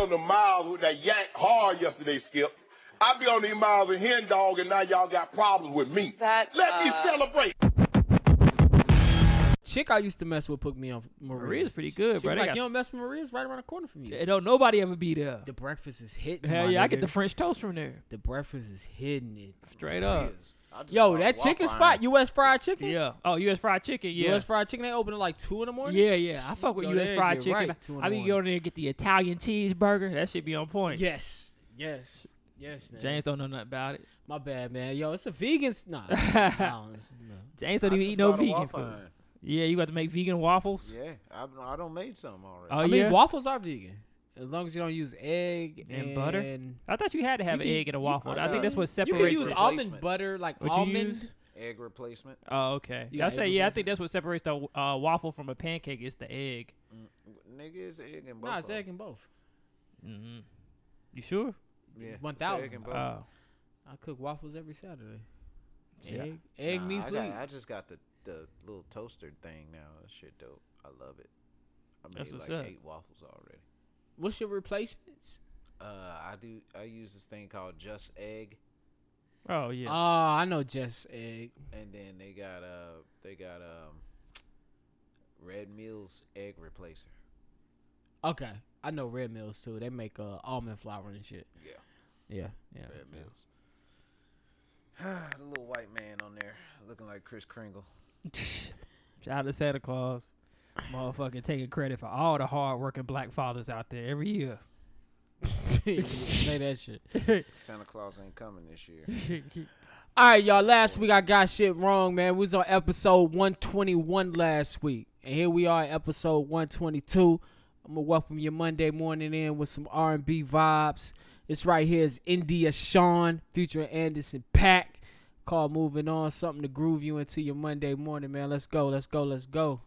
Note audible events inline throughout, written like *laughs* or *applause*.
on the miles with that yank hard yesterday, Skip. I be on these miles with hen dog, and now y'all got problems with me. That, Let me uh, celebrate. Chick I used to mess with put me off Maria's. Maria's pretty good, she bro. Was They like, got- you don't mess with Maria's right around the corner from you. It don't nobody ever be there. the breakfast is hidden. Hell my yeah, I get nigga. the French toast from there. The breakfast is hidden. It Straight up. Oh, Yo, that chicken spot, U.S. fried chicken. Yeah. Oh, U.S. fried chicken. Yeah. U.S. fried chicken. They open at like two in the morning. yeah, yeah. I fuck with Yo, U.S. they fried get chicken. right two in the I mean, you go in there and get the Italian cheeseburger. That should be on point. Yes, yes, yes, man. James don't know nothing about it. My bad, man. Yo, it's a vegan. s- *laughs* Nah, nah, it's- no. James don't even eat no vegan food. Yeah, you got to make vegan waffles. Yeah, I, I don't made some already. Oh I mean, yeah. waffles are vegan as long as you don't use egg and, And butter? I thought you had to have You an can- egg and a you- waffle. I think that's what You separates. can use it. almond replacement. butter, like What you almond. use? Egg replacement. Oh, okay. You I got say, egg yeah, I replacement. think that's what separates the uh, waffle from a pancake. It's the egg. Nigga, it's egg and both. Nah, it's of 'em. egg and both. hmm You sure? Yeah, it's 1000. egg and Oh, both. I cook waffles every Saturday. Yeah. Egg, egg Nah, me, I, please. got, I just got the, the little toaster thing now. That shit dope. I love it. I made That's what's like up. eight waffles already. What's your replacements? Uh, I do. I use this thing called Just Egg, oh yeah. Oh, I know just egg. and then they got uh they got um Red Mills egg replacer. Okay, I know Red Mills too. They make uh, almond flour and shit. Yeah, Yeah, yeah. Red Mills. *sighs* the little white man on there looking like Chris Kringle. Shout out to Santa Claus. Motherfucking taking credit for all the hard working black fathers out there every year. *laughs* Say that shit. Santa Claus ain't coming this year. All right, y'all. Last week I got shit wrong, man. We was on episode 121 last week, and here we are, at episode 122. I'm gonna welcome your Monday morning in with some R&B vibes. This right here is India Sean featuring Anderson Pack. Call moving on, something to groove you into your Monday morning, man. Let's go, let's go, let's go.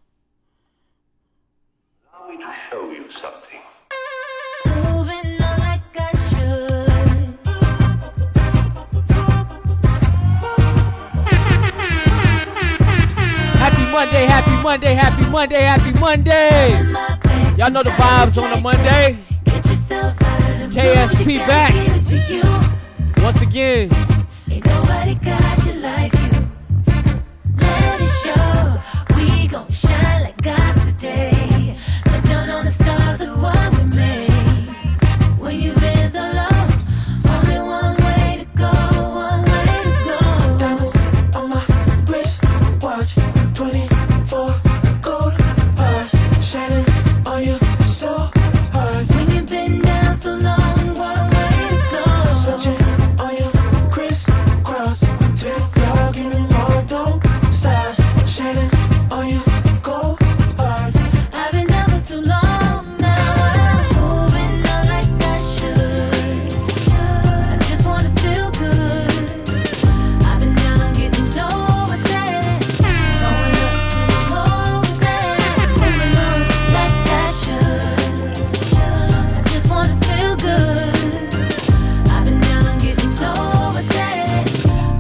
Allow me to show you something. Moving on like I should. Happy Monday, happy Monday, happy Monday, happy Monday. My back Y'all know the vibes on a Monday. Get yourself out of the mood. KSP You gotta back. give it to you. Once again, Ain't nobody got you like you. Let it show. We gon' shine like God's today. Look down on the stars of what we made. When you've been so low, it's only one way to go. One way to go. Diamonds on my wrist watch, 24 gold bar, shining on you so hard. When you've been down so long, one way to go. Searching on your crisscross, to the floor, give me more, don't stop. Shining on you, gold hard. I've been down for too long now. I'm moving on like I should. I just wanna feel good. I've been down, getting low with that. Going up to the wall with that. Moving on like I should. I just wanna feel good. I've been down, getting low with that.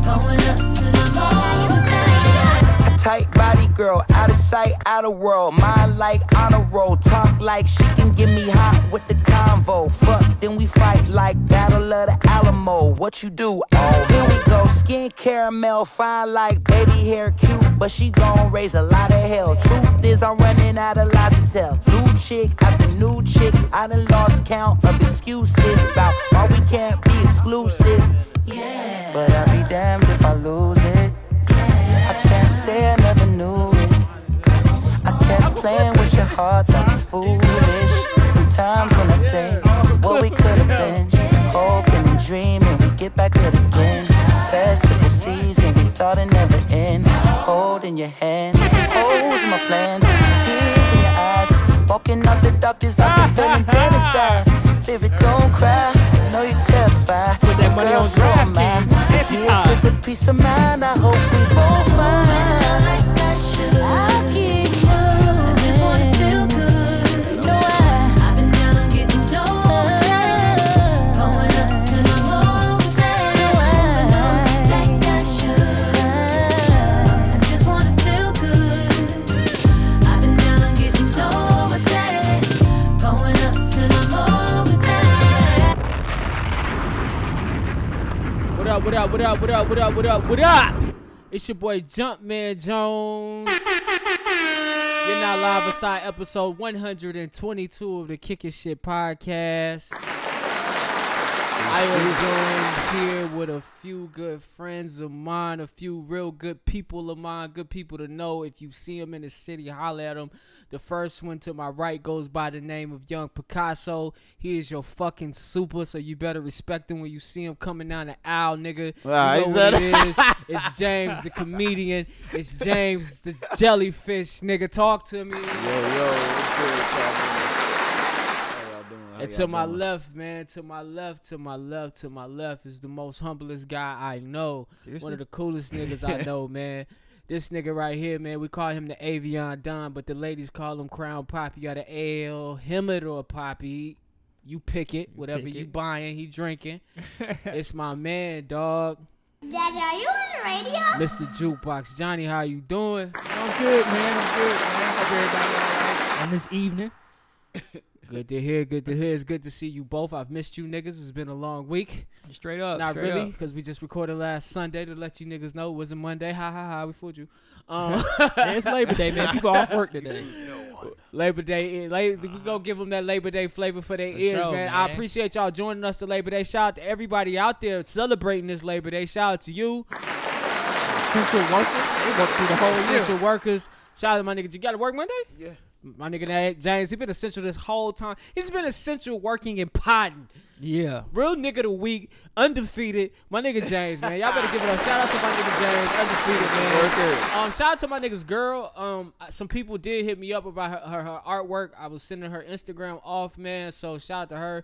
Going up to the wall with that. Tight body girl, out of sight, out of world. Mind like on a roll, talk like she can get me hot with the convo. Fuck, then we fight like Battle of the Alamo. What you do? Oh, here we go. Skin caramel, fine like baby hair, cute, but she gon' raise a lot of hell. Truth is, I'm running out of lies to tell. New chick after new chick, I done lost count of excuses about why we can't be exclusive. Yeah. But I'll be damned if I lose it. I can't say I never knew it. I kept playing with your heart, that was foolish. Sometimes when I think what we could have been, hoping and dreaming we get back at it again. Festival season, we thought it never end. Holding your hand, holes in my plans, tears in your eyes. Walking up the doctor's office, feeling dead inside. Baby, don't cry, know you're terrified. Put that money on so am I. DraftKings. If here's to the peace of mind, I hope we both find. I keep moving. Just wanna feel good. You know why? I've been down, getting low. Going up to the wall. So I like I should. I just wanna feel good. I've been down, getting low with that. Going up to the wall with that. What up? What up? What up? What up? What up? What up? It's your boy Jumpman Jones. You're now live inside episode 122 of the Kickin' Shit podcast. I am joined here with a few good friends of mine, a few real good people of mine, good people to know. If you see them in the city, holler at them. The first one to my right goes by the name of Young Picasso. He is your fucking super, so you better respect him when you see him coming down the aisle, nigga. You Ah, know he what said- *laughs* it is. It's James the comedian. It's James the jellyfish, nigga. Talk to me. Yo, yo, what's good with y'all niggas? How y'all doing? How And y'all to my doing? left, man, to my left, to my left, to my left is the most humblest guy I know. One Seriously? of the coolest niggas *laughs* I know, man. This nigga right here, man, we call him the Avion Don, but the ladies call him Crown Poppy or the Ale Himador Poppy. You pick it, whatever pick you it. buying, he drinking. *laughs* it's my man, dog, Daddy, are you on the radio? Mr. Jukebox Johnny. How you doing? I'm good, man. I'm good, man. Hope everybody all right on this evening. Good to hear. Good to hear. It's good to see you both. I've missed you, niggas. It's been a long week. Straight up. Not Oh, straight really, up. because we just recorded last Sunday to let you niggas know it wasn't Monday. Ha ha ha, we fooled *laughs* you. Um, Yeah, it's Labor Day, man. People off work today. Labor Day, eh, la- we go give them that Labor Day flavor for their Uh-huh. For ears, sure, man. I man. appreciate y'all joining us to Labor Day. Shout out to everybody out there celebrating this Labor Day. Shout out to you, Central workers, they work through the whole essential year. workers. Shout out to my nigga. You got to work Monday? Yeah. My nigga Na- James, he been essential this whole time. He's been essential working and potting. Yeah. Real nigga the week, undefeated. My nigga James, man. Y'all better give it up. Shout out to my nigga James, undefeated, man. Worker. Um, shout out to my nigga's girl. Um, I- some people did hit me up about her, her, her artwork. I was sending her Instagram off, man. So shout out to her.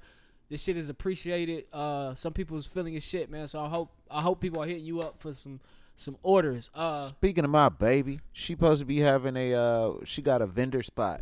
This shit is appreciated. Uh, some people's feeling as shit, man. So I hope I hope people are hitting you up for some some orders. Uh, Speaking of my baby, she supposed to be having a uh she got a vendor spot.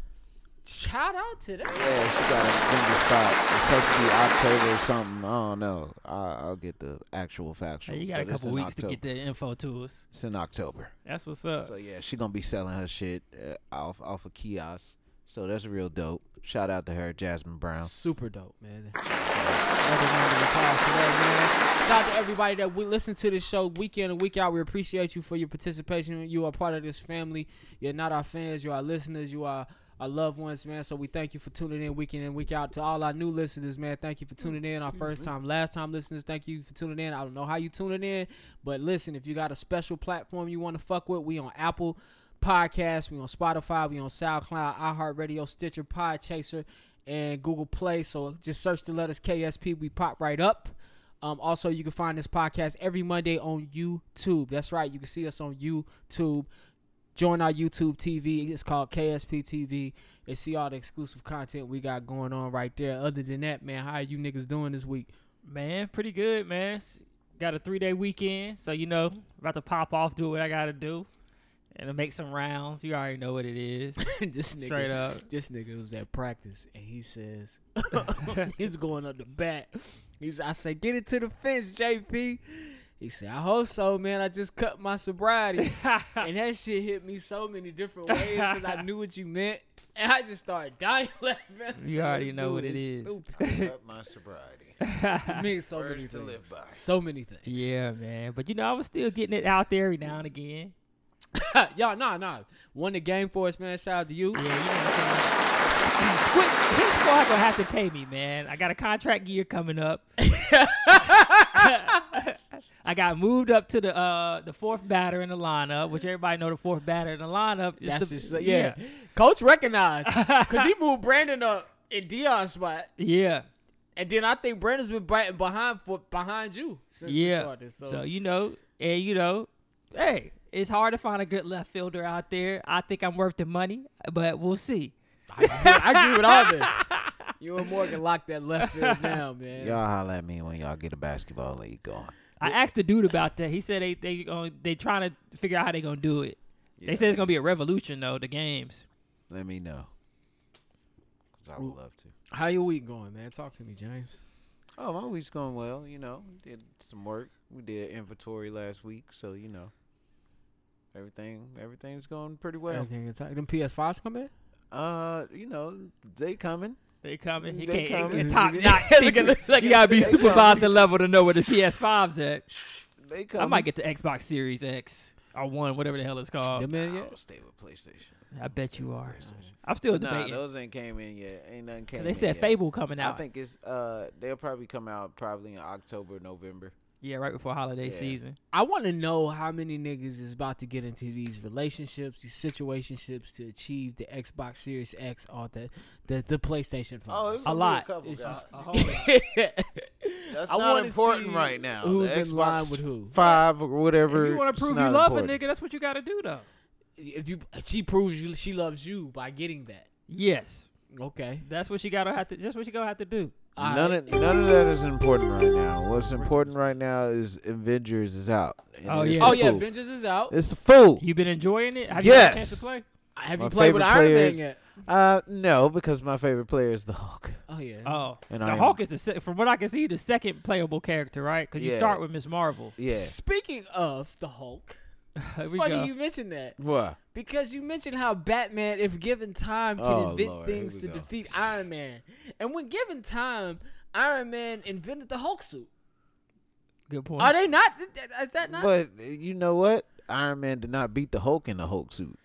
shout out to that. Yeah, she got a vendor spot. It's supposed to be October or something. I don't know. I will get the actual factuals. Hey, you got a but it's couple in weeks October. to get the info to us. It's in October. That's what's up. So yeah, she gonna be selling her shit uh, off off a kiosk. So that's real dope. Shout out to her, Jasmine Brown. Super dope, man. Jasmine. Another round of applause for that, man. Shout out to everybody that we listen to this show week in and week out. We appreciate you for your participation. You are part of this family. You're not our fans, you are our listeners, you are our loved ones, man. So we thank you for tuning in week in and week out. To all our new listeners, man, thank you for tuning in. Our first time, last time listeners, thank you for tuning in. I don't know how you tuning in, but listen, if you got a special platform you want to fuck with, we on Apple Podcasts, we on Spotify, we on SoundCloud, iHeartRadio, Stitcher, Podchaser and Google Play. So just search the letters KSP. We pop right up. Um, also, you can find this podcast every Monday on YouTube. That's right. You can see us on YouTube. Join our YouTube TV. It's called KSP TV. And see all the exclusive content we got going on right there. Other than that, man, how you niggas doing this week? *laughs* Man, pretty good, man. S- Got a three day weekend, so you know, about to pop off, do what I gotta do, and to make some rounds. You already know what it is. this nigga, Straight up. This nigga was at practice and he says *laughs* he's going up the bat. He's I say, get it to the fence, JP. He said, I hope so, man. I just cut my *laughs* sobriety. *laughs* and that shit hit me so many different ways because I knew what you meant. And I just started dying *laughs* laughing. I You said, already this know what dude it is. Stupid. Cut my *laughs* sobriety. It means so many Words to things. live by. So many things. yeah, man. But you know, I was still getting it out there every now and again. *laughs* Y'all, nah, nah. Won the game for us, man. Shout out to you. Yeah, you know what I'm saying. *clears throat* Squid, his squad gonna have to pay me, man. I got a contract year coming up. *laughs* I got moved up to the uh, the fourth batter in the lineup, which everybody know the fourth batter in the lineup. is That's the, just, yeah. Coach recognized because he *laughs* moved Brandon up in Dion's spot. yeah. And then I think Brandon's been biting behind for behind you since we yeah. started. So, you know, and you know, hey, it's hard to find a good left fielder out there. I think I'm worth the money, but we'll see. I agree with all this. *laughs* You and Morgan locked that left field down, man. Y'all holler at me when y'all get a basketball league going. I asked the dude about that. He said they they going they trying to figure out how they gonna do it. They said it's gonna be a revolution though. The games. Let me know. 'Cause I would love to. How your week going, man? Talk to me, James. Oh, my week's going well. You know, we did some work. We did inventory last week, so you know, everything everything's going pretty well. Everything is Them PS5s coming? Uh, you know, they coming. They coming. He *laughs* They can't coming. it's top notch. secret. you gotta be supervisor level to know where the PS5's at. They I coming. might get the Xbox Series X or One, whatever the hell it's called. Them in I'll stay with PlayStation. I bet you are. I'm still nah, debating. those ain't came in yet. Ain't nothing came. They in said yet. Fable coming out. I think it's uh they'll probably come out probably in October, November. yeah, right before holiday Yeah. season. I want to know how many niggas is about to get into these relationships, these situationships to achieve the Xbox Series X or the the, the PlayStation 5. Oh, it's a gonna be a lot. couple, It's guys. just- A *laughs* whole That's not wanna important see right now. Who's the in Xbox line with who? Five or whatever. If you want it's to prove you not love important. a nigga, that's what you got to do though. If you, she proves you, she loves you by getting that. Yes, Okay. that's what you gotta have to. That's what you gonna have to do. All None right. of, none of that is important right now. What's important right now is Avengers is out. and Oh, it's yeah. a oh yeah, fool. Avengers is out. Uh, it's a fool. You been enjoying it? Have you had a chance Yes. to play? Have My you played with favorite Iron Man players- yet? Uh, no, because my favorite player is the Hulk. Oh yeah. Oh, And the I am- Hulk is the se- from what I can see the second playable character, right? Because you Yeah. start with Miss Marvel. Yeah. Speaking of the *laughs* Hulk, Here it's we funny go. you mentioned that. What? Because you mentioned how Batman, if given time, can Oh, invent Lord, here things we to go. defeat Iron Man. And when given time, Iron Man invented the Hulk suit. Good point. Are they not? Is that not? But uh, you know what? Iron Man did not beat the Hulk in the Hulk suit.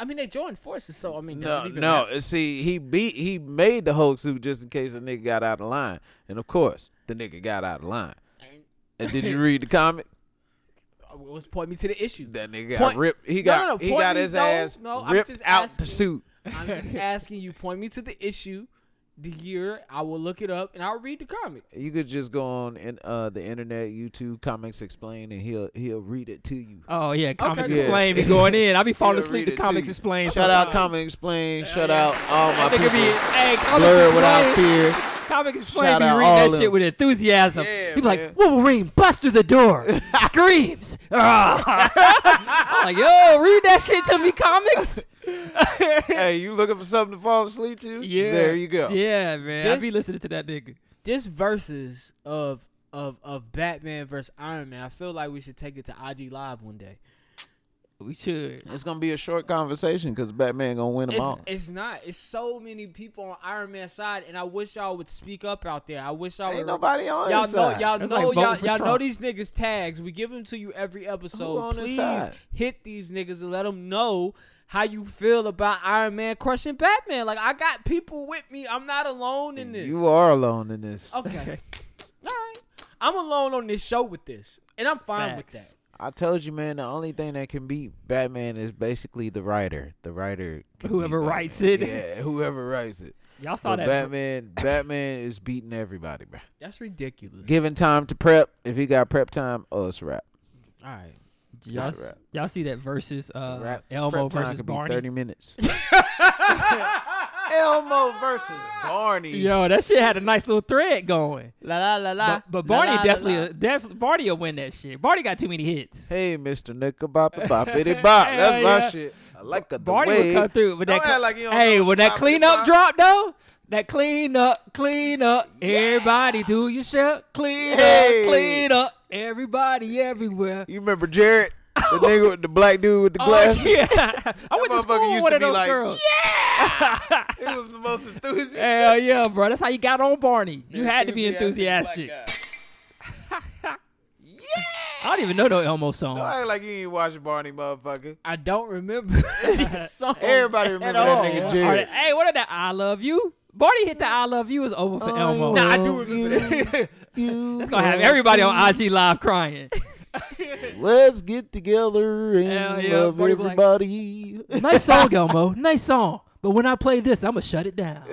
I mean, they joined forces, so I mean, No, does it even no. matter? uh, See, he beat he made the Hulk suit just in case the nigga got out of line, and of course the nigga got out of line. And *laughs* did you read the comic? Let's point me to the issue. That nigga got Point- ripped. He No, got no, no, he point got me- his no, ass no, I'm ripped just out asking. the suit. *laughs* I'm *laughs* just asking you. Point me to the issue, the year. I will look it up and I'll read the comic. You could just go on in uh the internet, YouTube comics explain, and he'll he'll read it to you. Oh yeah, comics Yeah. explain be going in. I be falling He'll asleep. read The it to comics you. explain. Shout out sometimes. comic explain. Shout yeah. out all my That nigga be people. hey comics Blur explain. without fear. Comics explain. Shout be out reading all that them. shit with enthusiasm. Yeah, he be like man. Wolverine busts through the door, *laughs* screams. Ah. *laughs* I'm like yo, read that shit to me, *laughs* comics. Hey, you looking for something to fall asleep to? yeah, There you go. Yeah, man, I This- be listening to that nigga. This versus of of of Batman versus Iron Man. I feel like we should take it to IG Live one day. We should. It's gonna be a short conversation because Batman gonna win them It's, all. it's not. It's so many people on Iron Man's side, and I wish y'all would speak up out there. I wish y'all Ain't would. nobody on y'all his know, side. y'all That's know, like voting y'all, for y'all know Trump. these niggas tags. We give them to you every Who episode. on his Please side? hit these niggas and let them know how you feel about Iron Man crushing Batman. Like I got people with me. I'm not alone in this. You are alone in this. *laughs* okay. All right. I'm alone on this show with this, and I'm fine with Facts. that. I told you, man. The only thing that can beat Batman is basically the writer. The writer, can Whoever beat Batman. writes it. yeah, whoever writes it. Y'all saw But that. Batman, Batman is beating everybody, bro. That's ridiculous. Giving time to prep. If he got prep time, oh, it's a wrap. All right. Y'all, That's a wrap. y'all see that versus uh, Wrap. Elmo prep time versus could be Barney? *laughs* Thirty minutes. *laughs* Elmo versus Barney. Yo, that shit had a nice little thread going. La la la la. But, but Barney definitely, def- Barney will win that shit. Barney got too many hits. Hey, Mister Knickerbocker, boppity bop. That's *laughs* my yeah. shit. I like the Barney would way. come through. But Don't that act like you don't hey, know when that boppity cleanup bop. drop though, that clean up, clean up, everybody do your shit. Clean Hey. up, clean up, everybody everywhere. You remember Jared, *laughs* the nigga, with the black dude with the glasses? Oh, yeah. *laughs* I went to motherfucker school with used one to of be those like, girls. *laughs* He was the most enthusiastic. *laughs* Hell yeah, bro. That's how you got on Barney. You Eh, had to be enthusiastic. I don't even know no Elmo songs. Don't act like you ain't watching Barney, motherfucker. I don't *laughs* remember. *laughs* these songs Everybody at remember that all. nigga Or Jared. the- hey, what are that? I love you. Barney hit the I love you is over Oh, for Elmo. Nah, I do remember that. *laughs* It's gonna have everybody on IG Live *laughs* crying. Let's get together Hell and yeah, love Barney be like- everybody. *laughs* nice song, Elmo. Nice song. But when I play this, I'm gonna shut it *laughs* down. *laughs*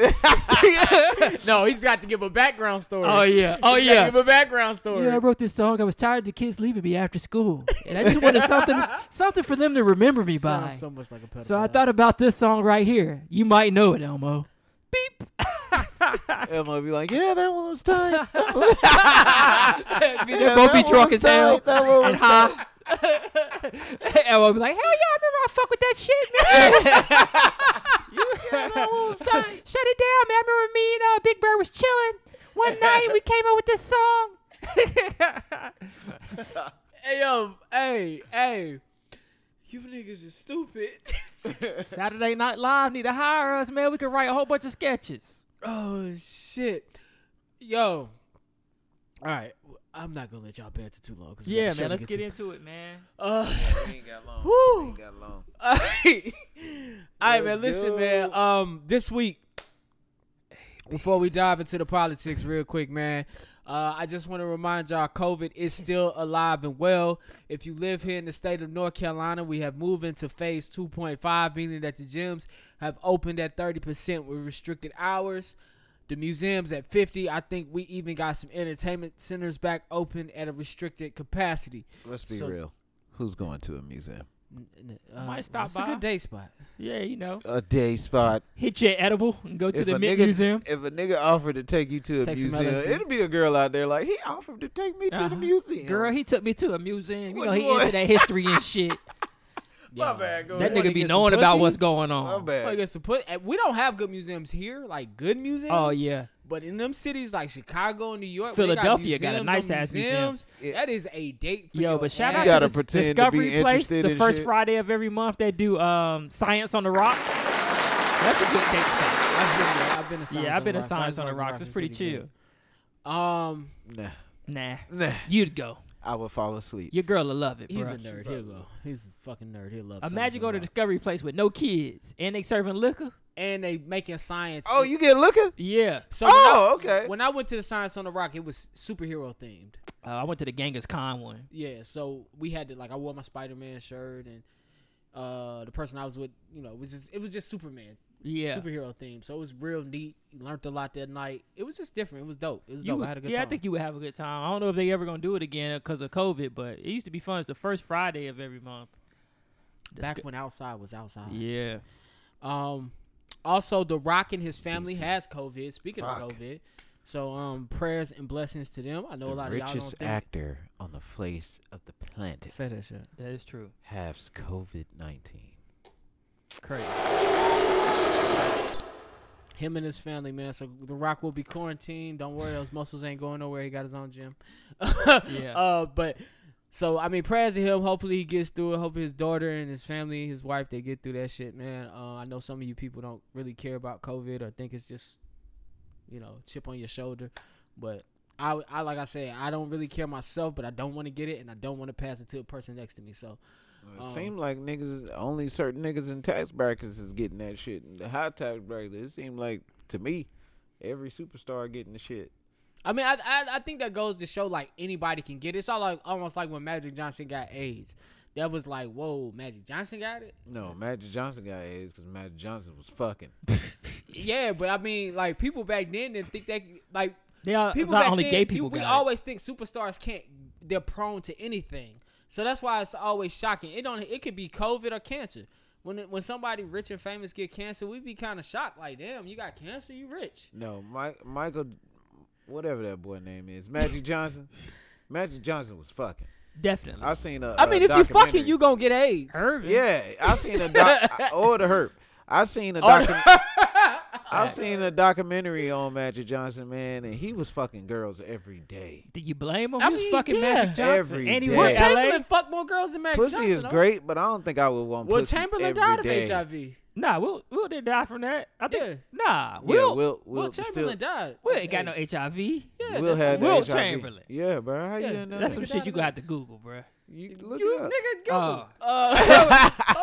No, he's got to give a background story. oh yeah. Oh He's got to yeah. Give a background story. Yeah, I wrote this song. I was tired of the kids leaving me after school, and I just *laughs* wanted something, something for them to remember me by. Sounds so much like a pedophile. So I thought about this song right here. You might know it, Elmo. *laughs* Elmo be like, yeah, that one was *laughs* tight. Me and Yeah, both be that drunk as one was hell. tight, that one and was high. Elmo be like, hell yeah, I remember I fuck with that shit, man. *laughs* Shut it down, man. I remember me and uh, Big Bird was chilling one night. We came up with this song. hey, um, hey, hey, you niggas is stupid. *laughs* Saturday Night Live need to hire us, man. We can write a whole bunch of sketches. oh shit, yo, All right, I'm not gonna let y'all banter too long. 'cause we got Yeah, a show man. to Let's get get to. into it, man. Uh, we ain't got long. Woo. We ain't got long. *laughs* All right, all right, man. Listen, man. Um, this week, before we dive into the politics, real quick, man. Uh, I just want to remind y'all, COVID is still alive and well. If you live here in the state of North Carolina, we have moved into phase 2.5, meaning that the gyms have opened at 30% with restricted hours. The museums at 50. I think we even got some entertainment centers back open at a restricted capacity. Let's be So- real. Who's going to a museum? Uh, Might stop it's by. a good day spot. Yeah, you know. A day spot. Hit your edible and go to If the a Mint nigga- Museum. If a nigga offered to take you to a Take some museum, elephant. it'll be a girl out there like he offered to take me to Uh-huh. the museum. Girl, he took me to a museum. You What know, you he want? into that history and shit. my bad. Go That ahead. nigga be get some knowing about pussy? what's going My on. Like bad. it's a put. and We don't have good museums here, like good museums. Oh yeah. But in them cities like Chicago and New York, Philadelphia they got, got a museums nice on ass museum. museums. Yeah. That is a date. For Yo, your but shout ass. out You gotta to the pretend to be Discovery Place, interested the in first shit. Friday of every month. They do um, Science on the Rocks. That's a good date spot. I've been there. I've been to Science yeah, on I've been the to Rocks. Science on the Rocks. is It's pretty, chill. good. Um, Nah, Nah, nah. you'd go. I would fall asleep. Your girl will love it, bro. he's a nerd. He'll go. He's a fucking nerd. He'll love. Science Imagine go on to the Rocks. Discovery Place with no kids and they serving liquor. and they making science. Oh, you get looking? Yeah, So when Oh, I- okay. When I went to the Science on the Rock, it was superhero themed. uh, I went to the Genghis Khan one. Yeah, so we had to like I wore my Spider Man shirt and uh the person I was with, you know, was just it was just Superman. Yeah, Superhero theme. So it was real neat. Learned a lot that night. It was just different. It was dope. It was You dope. would- I had a good yeah, time. I think you would have a good time. I don't know if they ever gonna do it again because of COVID, but it used to be fun. It's the first Friday of every month. That's back good. when outside was outside. Yeah, Um also The Rock and his family has COVID. Speaking of Fuck. COVID. So um prayers and blessings to them. I know a lot of y'all don't richest think actor on the face of the planet say that shit. that is true. has COVID nineteen. Crazy. Him and his family, man. So The Rock will be quarantined. Don't worry, those muscles ain't going nowhere. He got his own gym. *laughs* yeah. Uh, but so I mean, prayers to him. Hopefully he gets through it. Hope his daughter and his family, his wife, they get through that shit, man. Uh, I know some of you people don't really care about COVID or think it's just, you know, chip on your shoulder, but. I, I like I said I don't really care myself, but I don't want to get it, and I don't want to pass it to a person next to me. So It Um, seemed like niggas only certain niggas in tax brackets is getting that shit. And the high tax bracket, it seemed like to me, every superstar getting the shit. I mean, I, I I think that goes to show like anybody can get it. It's all like almost like when Magic Johnson got AIDS. That was like, whoa, Magic Johnson got it. No, Magic Johnson got AIDS because Magic Johnson was fucking. Yeah, but I mean, like people back then didn't think that like They are people not back only then, gay you- people. We got it. always think superstars can't. They're prone to anything, so that's why it's always shocking. It don't. It could be COVID or cancer. When it- when somebody rich and famous get cancer, we be kind of shocked. Like, damn, you got cancer, you rich. No, Mike, Michael, whatever that boy name *laughs* is, Magic Johnson. Magic Johnson was fucking. definitely. I seen a. I a mean, if you Uh, documentary. fucking, you gonna get AIDS. Irvin. Yeah, I seen a *laughs* doc I- or the herp. I seen a Oh, doc. I seen a documentary on Magic Johnson, man, and he was fucking girls every day. Do you blame him? I he was mean, fucking yeah. Magic Johnson. Every and he day. went Yeah. to LA. Chamberlain fuck more girls than Magic Pussy Johnson. is huh? great, but I don't think I would want Well, pussy Chamberlain every died of day. HIV. Nah, Will Will did die from that. I think. Nah, Yeah, Will Will, Will, Will, Chamberlain still, died. Will of ain't got no AIDS. HIV. Yeah, Will that's had Will HIV. Chamberlain. Yeah, bro, how Yeah, you didn't know That's that? some nigga died shit you of gonna have AIDS. to Google, bruh. You look You it up. nigga, Oh. Google. Uh,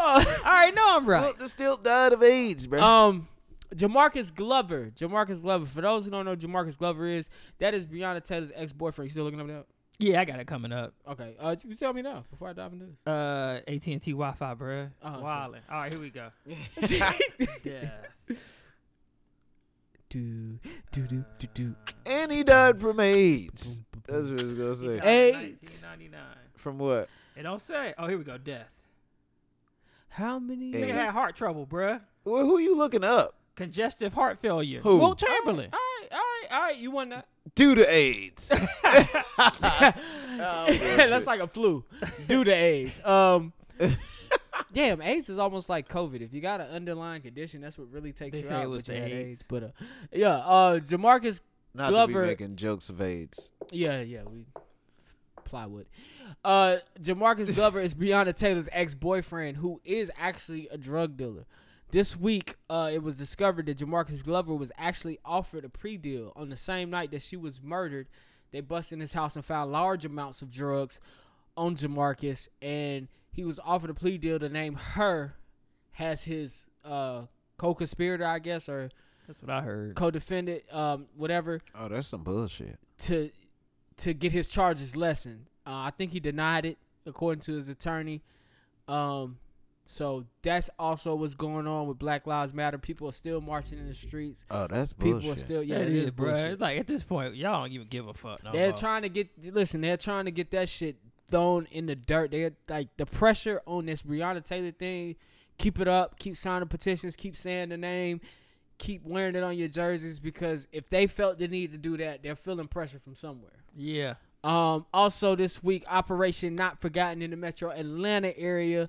*laughs* I already know I'm right. Will still died of AIDS, *laughs* bro. Um, Jamarcus Glover. Jamarcus Glover. For those who don't know, who Jamarcus Glover is that is Breonna Taylor's ex boyfriend. You still looking up that? Yeah, I got it coming up. Okay. Uh, you tell me now before I dive into this. Uh, AT and T Wi-Fi, bruh. Oh, shit. Wildin'. All right, here we go. *laughs* *laughs* yeah. Do do do do do. and he died from AIDS. That's what I was gonna say. AIDS. 1999. From what? It don't say. Oh, here we go. Death. How many? Nigga AIDS. had heart trouble, bruh. Well, who you looking up? Congestive heart failure. Who? Will Chamberlain. All right, all right, all right. You won that. Due *laughs* to AIDS. *laughs* *laughs* Oh, That's like a flu due to AIDS. Um, *laughs* damn, AIDS is almost like COVID. If you got an underlying condition, that's what really takes They you say out. it was but you the had AIDS. AIDS. But uh, yeah, uh, Jamarcus Not to Glover- be making jokes of AIDS. Yeah, yeah, we plywood. Uh, Jamarcus Glover is Breonna Taylor's ex-boyfriend, who is actually a drug dealer. This week, uh, it was discovered that Jamarcus Glover was actually offered a pre-deal on the same night that she was murdered. They busted in his house and found large amounts of drugs on Jamarcus, and he was offered a plea deal to name her as his uh, co-conspirator, I guess, or that's what I heard. co-defendant, um, whatever Oh, that's some bullshit. to to get his charges lessened. Uh, I think he denied it, according to his attorney. Um, so that's also what's going on with Black Lives Matter. People are still marching in the streets. Oh, that's People bullshit. are still yeah, That it is, bruh. bullshit. Like uh, at this point, y'all don't even give a fuck. No They're more. trying to get listen. They're trying to get that shit thrown in the dirt. They like the pressure on this Breonna Taylor thing. Keep it up. Keep signing petitions. Keep saying the name. Keep wearing it on your jerseys because if they felt the need to do that, they're feeling pressure from somewhere. Yeah. Um, also this week, Operation Not Forgotten in the Metro Atlanta area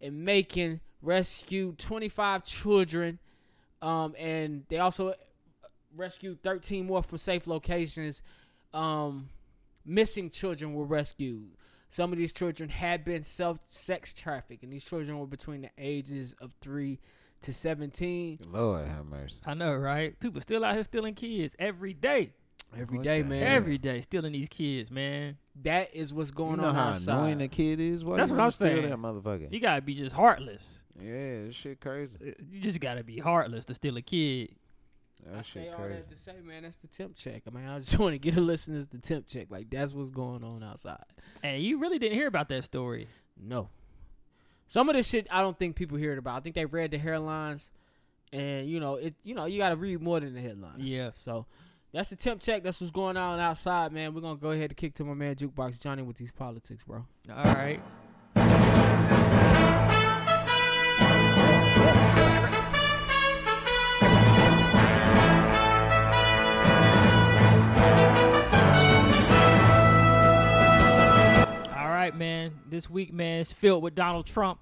in Macon rescued 25 children, um, and they also rescued 13 more from safe locations. Um, missing children were rescued. Some of these children had been self sex trafficked, and these children were between the ages of three to 17. Lord have mercy. I know, right? People still out here stealing kids every day. Every What day, the man. hell? Every day stealing these kids, man. That is what's going You know on how outside. annoying the kid is. Why That's you what I'm wanna steal saying. That motherfucker. You gotta be just heartless. yeah, this shit crazy. You just gotta be heartless to steal a kid. That I say shit all crazy. that to say, man, that's the temp check. I mean, I just *laughs* want to get the listeners the temp check. Like that's what's going on outside. And you really didn't hear about that story. No, some of this shit I don't think people hear it about. I think they read the headlines, and you know it. You know you got to read more than the headline. Yeah. So that's the temp check. That's what's going on outside, man. We're gonna go ahead and kick to my man Jukebox Johnny with these politics, bro. All right. All right, man. This week, man, is filled with Donald Trump.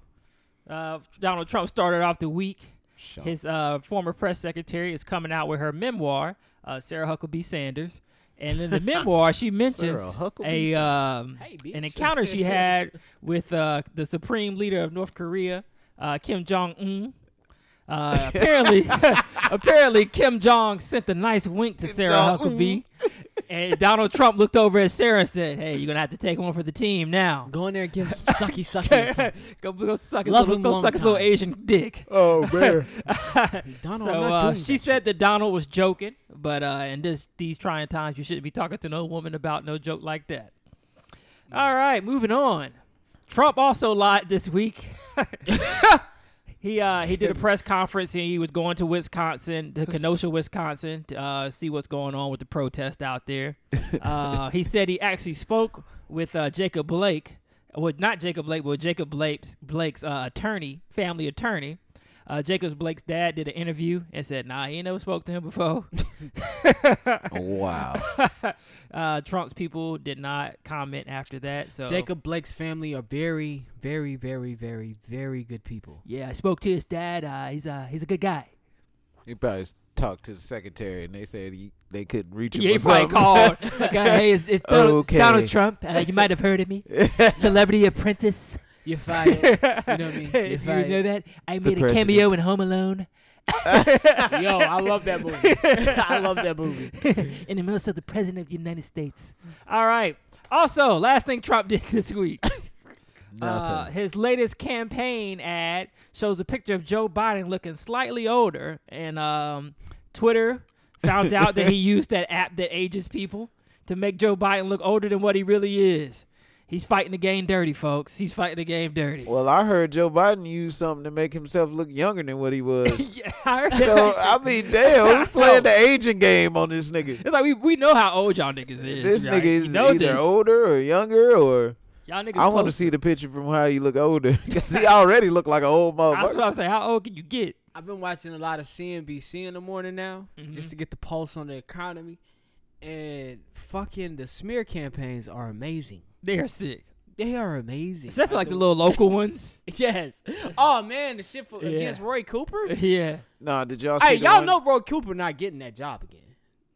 Uh, Donald Trump started off the week. Sure. His uh, former press secretary is coming out with her memoir, uh, Sarah Huckabee Sanders. And *laughs* in the memoir, she mentions Huckabee a um, Hey, an bitch. encounter she had *laughs* with uh, the supreme leader of North Korea, uh, Kim Jong Un. *laughs* Uh, apparently, *laughs* apparently Kim Jong sent a nice wink to Sarah Jong-un. Huckabee, and Donald Trump looked over at Sarah and said, "Hey, you're gonna have to take one for the team now. Go in there and give him some *laughs* sucky sucky. or something. go, go suck his Love little, him go long suck his little time. Asian dick." Oh man. Donald, I'm so not uh, doing she that said that Donald was joking, but uh, in this these trying times, you shouldn't be talking to no woman about no joke like that. All right, moving on. Trump also lied this week. *laughs* he uh, he did a press conference and he was going to Wisconsin, to Kenosha, Wisconsin, to uh, see what's going on with the protest out there. Uh, he said he actually spoke with uh, Jacob Blake, well, not Jacob Blake, but Jacob Blake's Blake's uh, attorney, family attorney. Uh, Jacob Blake's dad did an interview and said, "Nah, he ain't never spoke to him before." *laughs* *laughs* wow. uh, Trump's people did not comment after that. So Jacob Blake's family are very, very, very, very, very good people. yeah, I spoke to his dad. Uh, he's a he's a good guy. He probably s- talked to the secretary and they said he, they couldn't reach him. Yeah, or he probably something. called. *laughs* *laughs* Like, uh, hey, it's, it's Donald, it's Okay. Donald Trump. Uh, you might have heard of me, Celebrity Apprentice. You're fired. you know what I *laughs* mean? You're if you fired. know that, I made a president. cameo in Home Alone. Yo, I love that movie. I love that movie. in the midst of the president of the United States. All right. Also, last thing Trump *laughs* did this week. Uh, *laughs* his latest campaign ad shows a picture of Joe Biden looking slightly older, and um, Twitter found out *laughs* that he used that app that ages people to make Joe Biden look older than what he really is. He's fighting the game dirty, folks. He's fighting the game dirty. Well, I heard Joe Biden used something to make himself look younger than what *laughs* he was. *laughs* Yeah, I heard so that. I mean, damn, who's playing the aging game on this nigga? it's like we, we know how old y'all niggas is. This right? nigga is you know either this. older or younger or Y'all niggas I want to close. see the picture from how you look older *laughs* because he already look like an old That's what motherfucker. I'm saying. How old can you get? I've been watching a lot of CNBC in the morning now just to get the pulse on the economy. And fucking the smear campaigns are amazing. They are sick. They are amazing. Especially I like the do- little local *laughs* ones. *laughs* *laughs* Yes. Oh man, the shit for, Yeah. against Roy Cooper. yeah. Nah, did y'all see? hey, the y'all one- know Roy Cooper not getting that job again.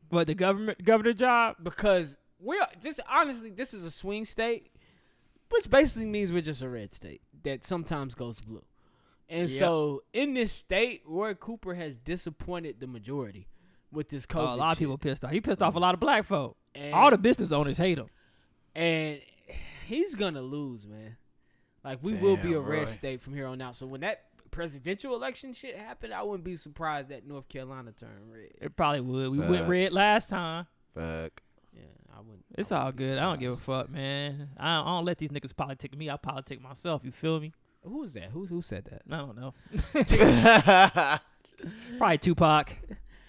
But the government governor job. Because we're this honestly, this is a swing state, which basically means we're just a red state that sometimes goes blue. And Yep. so in this state, Roy Cooper has disappointed the majority with this COVID. Oh, a lot of shit. people pissed off. He pissed off a lot of black folk. And, All the business owners hate him. and he's gonna lose, man. Like we will be a Damn, red Roy. state from here on out. So when that presidential election shit happened, I wouldn't be surprised that North Carolina turned red. It probably would. We went Fuck. red last time. *laughs* Fuck. Yeah, I wouldn't. It's all good. I don't give a fuck, man. I don't, I don't let these niggas politic me. I politic myself. You feel me? Who was that? Who who said that? I don't know. Probably Tupac.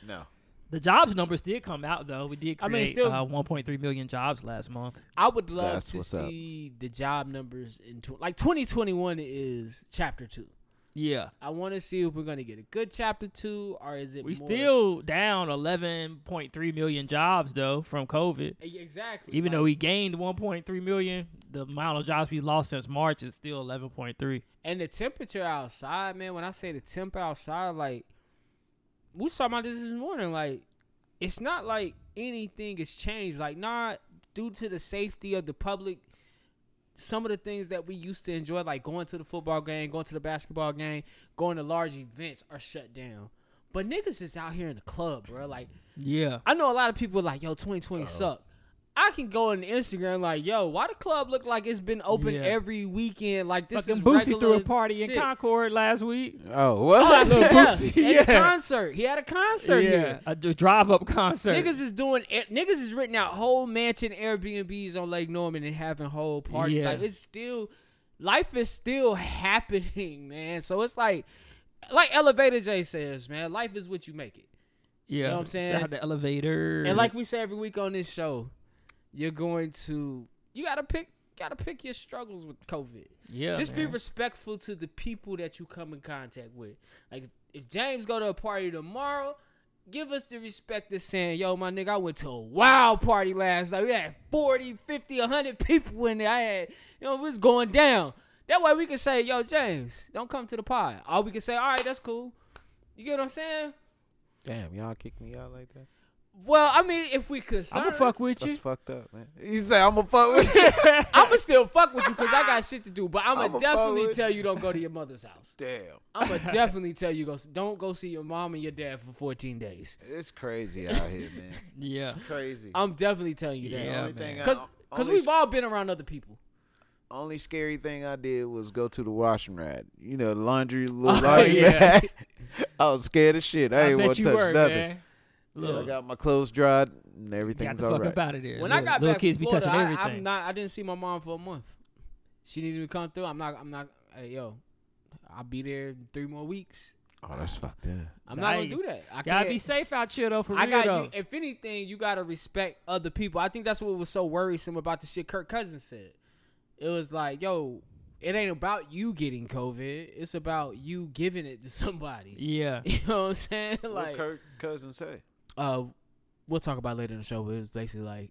No. The jobs numbers did come out though. We did I create mean, still- uh, 1.3 million jobs last month. I would love That's to what's up. see the job numbers in tw- like 2021 is chapter two. Yeah. I want to see if we're gonna get a good chapter two or is it We more- still down 11.3 million jobs though from COVID. E- exactly, Even though like- we gained 1.3 million, the amount of jobs we lost since March is still 11.3. and the temperature outside, man. When I say the temp outside, like we was talking about this this morning, like it's not like anything has changed. Like not due to the safety of the public. Some of the things that we used to enjoy, like going to the football game, going to the basketball game, going to large events, are shut down. But niggas is out here in the club, bro. Like Yeah. I know a lot of people like, yo, 2020 suck. I can go on Instagram like, yo, why the club look like it's been open Yeah. every weekend? Like this Fucking is Boosie threw regular a party in shit. Concord last week. Oh, Oh, I what? *laughs* see, yeah. Yeah. At a concert. He had a concert yeah, here. a drive up concert. Niggas is doing it- niggas is renting out whole mansion Airbnbs on Lake Norman and having whole parties. Yeah. Like it's still life is still happening, *laughs* man. So it's like like Elevator J says, man, life is what you make it. yeah, You know what I'm saying? Shout out to elevator. And like we say every week on this show, you're going to you gotta pick gotta pick your struggles with COVID. Yeah, Just be man. respectful to the people that you come in contact with. Like if, if James go to a party tomorrow, give us the respect of saying, yo, my nigga, I went to a wild party last night. We had 40, 50, 100 people in there. I had, you know, it was going down. That way we can say, yo, James, don't come to the pod. Or we can say, all right, that's cool. You get what I'm saying? Damn, y'all kicked me out like that. Well, I mean, if we could, I'ma fuck with you. That's fucked up, man. You say I'm gonna fuck with *laughs* you. *laughs* I'ma still fuck with you because I got shit to do. But I'ma I'ma fuck definitely with tell you don't go to your mother's house. Damn. I'ma definitely tell you go don't go see your mom and your dad for 14 days. It's crazy out here, man. Yeah. It's crazy. I'm definitely telling you that. Yeah, Only man. thing I- Cause, only 'cause we've s- all been around other people. Only scary thing I did was go to the washing rat. You know, laundry, little Oh, laundry yeah. mat. *laughs* I was scared of shit. I, I ain't bet want to you touch were, nothing. man. Yeah, I Look. got my clothes dried and everything's the all fuck right. up outta there. When I Little- got little back kids from be touching Florida, I, I'm everything. not. I didn't see my mom for a month. She needed to come through. I'm not. I'm not. Hey, yo, I'll be there in three more weeks. Oh, that's fucked up. I'm not Hey, gonna do that. I gotta can't. be safe out here though. For I real got though. you. If anything, you gotta respect other people. I think that's what was so worrisome about the shit Kirk Cousins said. It was like, yo, it ain't about you getting COVID. It's about you giving it to somebody. Yeah. *laughs* you know what I'm saying? What Like, Kirk Cousins say? uh, we'll talk about it later in the show. But it was basically like,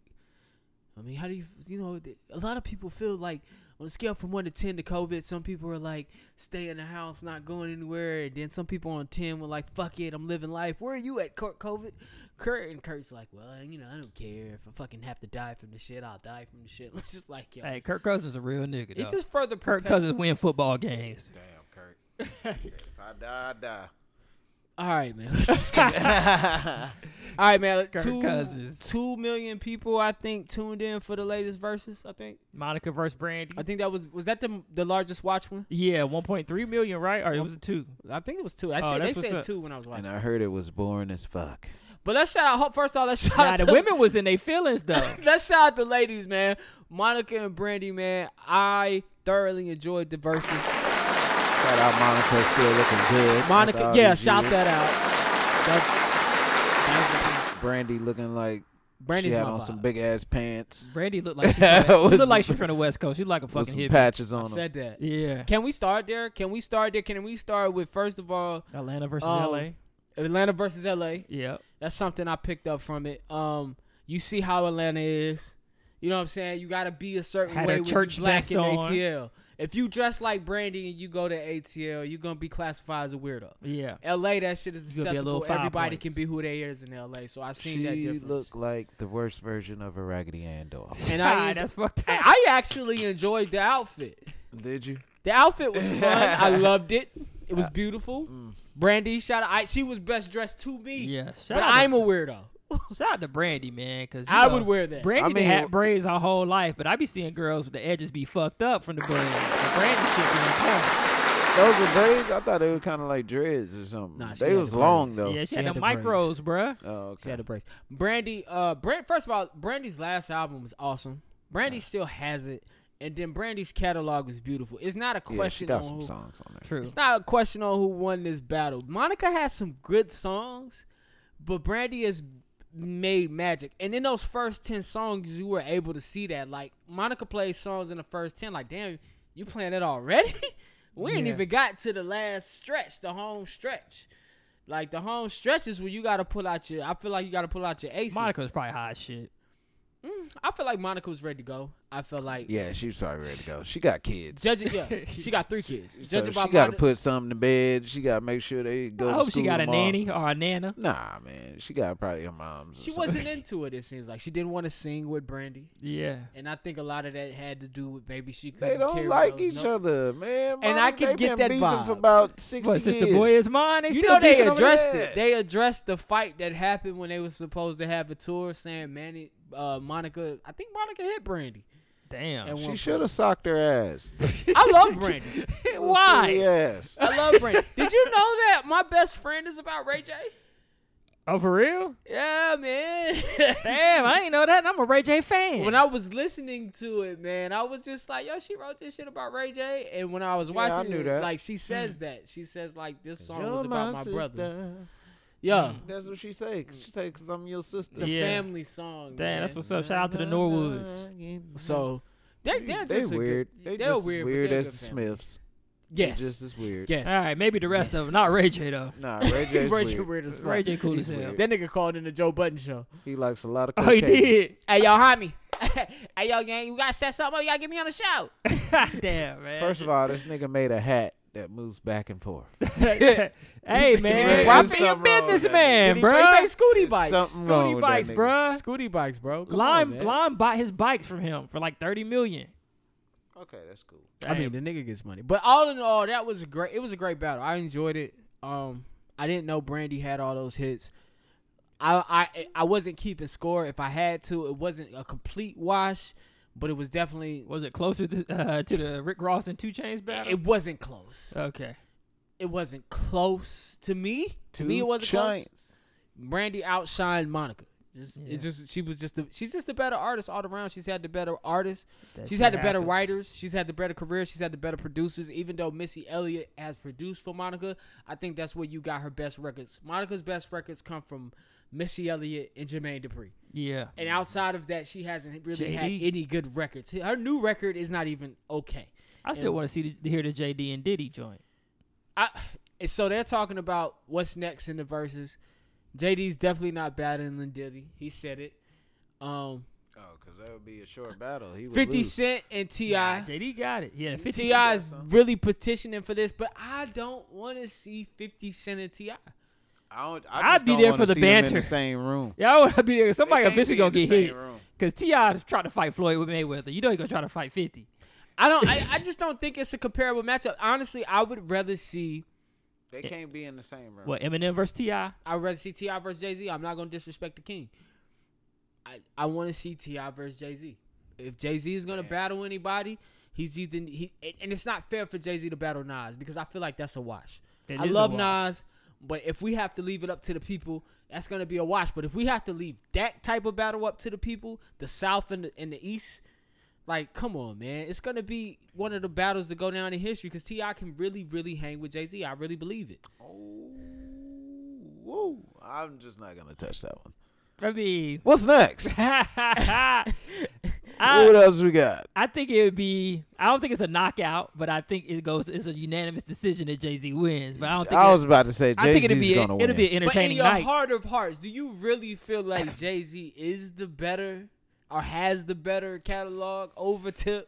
I mean, how do you, you know, th- a lot of people feel like on a scale from one to ten to COVID, some people are like, stay in the house, not going anywhere, and then some people on ten were like, fuck it, I'm living life. Where are you at, Kurt COVID? Kurt and Kurt's like, well, you know, I don't care if I fucking have to die from the shit, I'll die from the shit. *laughs* It's just like, yo, Hey, Kirk Cousins a real nigga. It though. just further Kirk perpet- Cousins win football games. Damn, Kirk. *laughs* He said, if I die, I die. All right, man. *laughs* Let's just get it. All right, man. Kirk two, Cousins. two million people, I think, tuned in for the latest verses. I think Monica versus Brandy. I think that was was that the the largest watch one? Yeah, 1.3 million, right? Or it was a *laughs* two. I think it was two. I Oh, said, that's they what's said up. two when I was watching. And I heard it was boring as fuck. But let's shout out. ho- First of all, let's shout Nah, out the to- women was in their feelings though. *laughs* let's shout out the ladies, man. Monica and Brandy, man. I thoroughly enjoyed the verses. Shout out Monica, still looking good. after Monica, all yeah, these shout years. that out. That, that's the point. Brandy looking like Brandy's she had my on vibe. some big ass pants. *laughs* Brandy looked like she, from, she With looked like she some- from the West Coast. She looked like a with fucking some hippie. patches on I them. said that. Yeah. Can we start there? Can we start there? Can we start with first of all Atlanta versus um, LA. Atlanta versus LA. Yep. That's something I picked up from it. Um, you see how Atlanta is. You know what I'm saying? You gotta be a certain Had way her when church you black vest in on. ATL. If you dress like Brandy and you go to ATL, you're gonna be classified as a weirdo. Yeah. LA, that shit is You gonna be a acceptable. little five Everybody points. can be who they is in LA. So I seen that She difference. looked like the worst version of a Raggedy Ann *laughs* doll. *laughs* and Ah, I, that's fucked up. and I actually enjoyed the outfit. Did you? The outfit was fun. I loved it. It was beautiful. Brandy, shout out. I, she was best dressed to me. Yeah, shout but out to- I'm a weirdo. Shout out to Brandy, man, because I would wear that. Brandy I done mean, had braids her whole life, but I be seeing girls with the edges be fucked up from the braids. But Brandy should be on point. Those are braids. I thought they were kind of like dreads or something. Nah, she they had was the long braids. though. Yeah, she, She had, had the the braids. micros, bruh. Oh, She okay. had a brace. Brandy, uh, Brand. First of all, Brandy's last album was awesome. Brandy still has it, and then Brandy's catalog was beautiful. It's not a yeah, she question got on some who, songs on there. True. It's not a question on who won this battle. Monica has some good songs, but Brandy has made magic. And in those first ten songs, you were able to see that. Like Monica plays songs in the first ten. Like, damn, you playing it already? *laughs* we ain't Yeah. even got to the last stretch, the home stretch. Like the home stretch is where you got to pull out your. I feel like you got to pull out your aces. Monica was probably hot as shit. I feel like Monica was ready to go. I feel like Yeah, she was probably ready to go. She got kids. judging. Yeah, *laughs* she got three kids. So Judging she by got to Monica- put something to bed. She got to make sure they go. I to hope she school got a tomorrow. nanny or a nana. Nah, man, she got probably her mom's. or She something. wasn't into it. It seems like she didn't want to sing with Brandy, Yeah. and I think a lot of that had to do with maybe she. *laughs* They couldn't don't carry like those each notes. other, man. And Mom, I could they get been that beefing for vibe. about sixty What, sister years. boy is mine? They You still know they beefing over addressed that. it. They addressed the fight that happened when they were supposed to have a tour, saying Manny, uh, Monica. I think Monica hit Brandy. Damn. And She should have socked *laughs* her ass. I *laughs* love *laughs* Brandy. Why? Silly *laughs* ass. I love Brandy. Did you know that my best friend is about Ray J? Oh, for real? Yeah, *laughs* man. Damn, I ain't know that. And I'm a Ray J fan. when I was listening to it, man, I was just like, yo, she wrote this shit about Ray J. And when I was watching I knew it, that. like she Hmm. says that. She says like this song You're was about my, my brother. sister. Yeah. That's what she say. 'cause She say, "Cause I'm your It's a sister." Yeah. family song. Damn, that's man. what's up. Shout out to the Norwoods. so they they're Mm-hmm. they just a good- weird. they they're just weird, as but weird they're a as good the family. Smiths. They Yes. just as weird. Yes. All right, maybe the rest of them. Not Ray J, though. Nah, Ray *laughs* J's Ray J weird. weird as fuck. Ray J cool as He's hell. weird. That nigga called in the Joe Button show. He likes a lot of Oh, he cocaine. did. *laughs* Hey y'all, homie. *laughs* hey y'all, gang, you gotta set something up. Y'all get me on the show. Damn, man. *laughs* First of all, *laughs* this nigga made a hat that moves back and forth. hey, Ray man. J Profit your something wrong with that businessman, Did he play bruh. Scooty There's bikes. Something wrong Scooty with that bikes, nigga. bruh. Scooty bikes, bro. Come on, Lime, man. Lime bought his bikes from him for like 30 million. Okay, that's cool. I mean, the nigga gets money. But all in all, that was a great. It was a great battle. I enjoyed it. Um, I didn't know Brandy had all those hits. I I I wasn't keeping score. If I had to, it wasn't a complete wash, but it was definitely. was it closer to, uh, to the Rick Ross and Two Chains battle? It wasn't close. okay. It wasn't close to me. To me, Two it wasn't joints. close. Brandy outshined Monica. Just, It's Yeah. just she was just the she's just a better artist all around. She's had the better artist. That she's shit had the better happens. writers. She's had the better career. She's had the better producers. Even though Missy Elliott has produced for Monica, I think that's where you got her best records. Monica's best records come from Missy Elliott and Jermaine Dupri. Yeah. And outside of that, she hasn't really had JD. any good records. Her new record is not even okay. I still want to see the, hear the JD and Diddy joint. I and so they're talking about what's next in the verses. JD's definitely not battling Diddy. He said it. Um, Oh, because that would be a short battle. He would 50 lose. Cent and Ti. Nah, JD got it. Yeah, 50 Ti is really petitioning for this, but I don't want to see Fifty Cent and Ti. I don't, I'd I just be don't there wanna for the see them in banter. the same room. Yeah, I want to be there. Somebody can't officially be gonna in the get same hit room. because Ti is trying to fight Floyd with Mayweather. You know he's gonna try to fight Fifty. I don't. I, I just don't think it's a comparable matchup. Honestly, I would rather see. They can't be in the same room. What Eminem versus Ti? I would rather see Ti versus Jay Z. I'm not gonna disrespect the king. I I want to see Ti versus Jay Z. If Jay Z is gonna battle anybody, he's either he and- and it's not fair for Jay Z to battle Nas because I feel like that's a wash. That I is a love wash. Nas, but if we have to leave it up to the people, that's gonna be a wash. But if we have to leave that type of battle up to the people, the South and the, and the East. Like, come on, man. It's going to be one of the battles to go down in history because T.I. can really, really hang with Jay Z. I really believe it. Oh, woo. I'm just not gonna touch that one. I mean, *laughs* What's next? I, what else we got? I think it would be. I don't think it's a knockout, but I think it goes. It's a unanimous decision that Jay Z wins. But I don't think. I it- was about to say I Jay think it'll Z's be. gonna win. It'll be an But in entertaining your night. heart of hearts, do you really feel like Jay Z is the better or has the better catalog over Tip?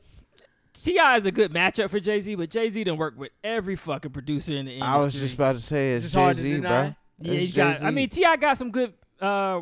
Ti is a good matchup for Jay Z, but Jay Z done work with every fucking producer in the industry. I was just about to say it's Just hard Jay to Z, deny. bro. Yeah, It's he's got. I Jay-Z. mean, Ti got some good uh,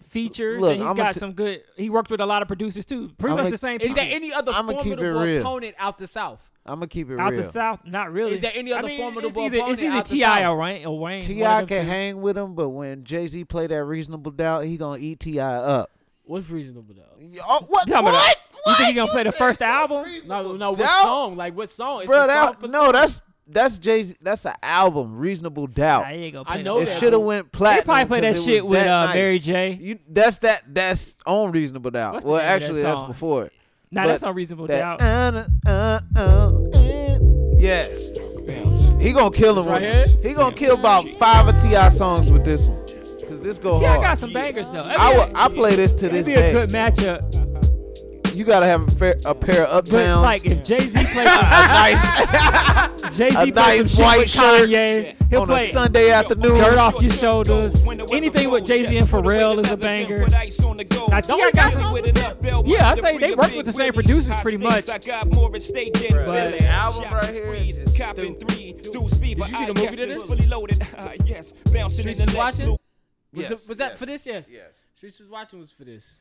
features. Look, and he's I'ma got t- some good. He worked with a lot of producers too. Pretty I'ma- much the same. Is people. there any other I'ma keep it formidable real. opponent out the South? I'm gonna keep it out real. the South? Not really. Is there any I other mean, it's formidable either, opponent it's either out the Ti South? or Wayne. Or Wayne Ti one of can them two. hang with him, but when Jay Z play that reasonable doubt, he gonna eat Ti up. What's reasonable though? Oh, what? Talking about- What? You think he gonna play the first album? No, no. What Doubt? song? Like what song? It's Bro, a song that, for no, song. that's that's Jay Z. That's an album, Reasonable Doubt. Nah, he ain't gonna I play know that. it that, should have but- went platinum. probably play 'cause that it shit was with, that uh, nice. Mary J. You, that's that. That's on Reasonable Doubt. What's the well, name of that actually, that's song? before it. Nah, But that's not reasonable that, doubt. *laughs* uh, uh, uh, uh, yes. He gonna kill This him. right with- here? He gonna kill about five of Ti songs with this one. Cause this go Ti hard. got some bangers though. That'd I be a- will, I play this to It'd this be a day. good matchup. You gotta have a, fair, a pair of But uptowns. like if Jay Z *laughs* plays a nice, Jay a Z plays nice some shit white with shirt Kanye, he'll on a play Sunday afternoon. Dirt Off Your Shoulders. Anything with Jay Z and Pharrell is a banger. Now, Don't T.I. we got got some- songs Yeah, I say they work with the same producers pretty much. But the album right here is stupid. Did you see the movie to this? Streets the was next watching. loop. Was, it, was that yes, for this? Yes. yes. Streets was watching was for this.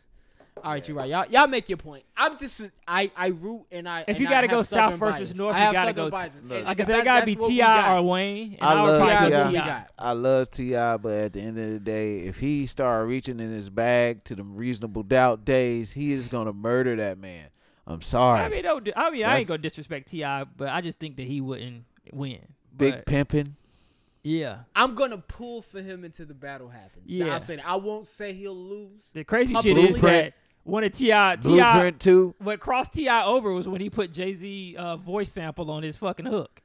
All right, you're right. Y'all, y'all make your point. I'm just I I root and I. If and you I gotta have go Southern South versus bias. North, I you have gotta Southern go t- bias. And Like I said, that's- it gotta that's be what we T.I. got. or Wayne. And I would love probably go T.I. T.I. I love Ti, but at the end of the day, if he start reaching in his bag to the reasonable doubt days, he is gonna murder that man. I'm sorry. I mean, don't do, I mean, I That's- ain't gonna disrespect Ti, but I just think that he wouldn't win. Big But, pimping. yeah. I'm gonna pull for him until the battle happens. Yeah. I'll say that. I won't say he'll lose. The crazy My shit is that blueprint- one of Ti Ti Blueprint two. what crossed Ti over was when he put Jay Z uh, voice sample on his fucking hook.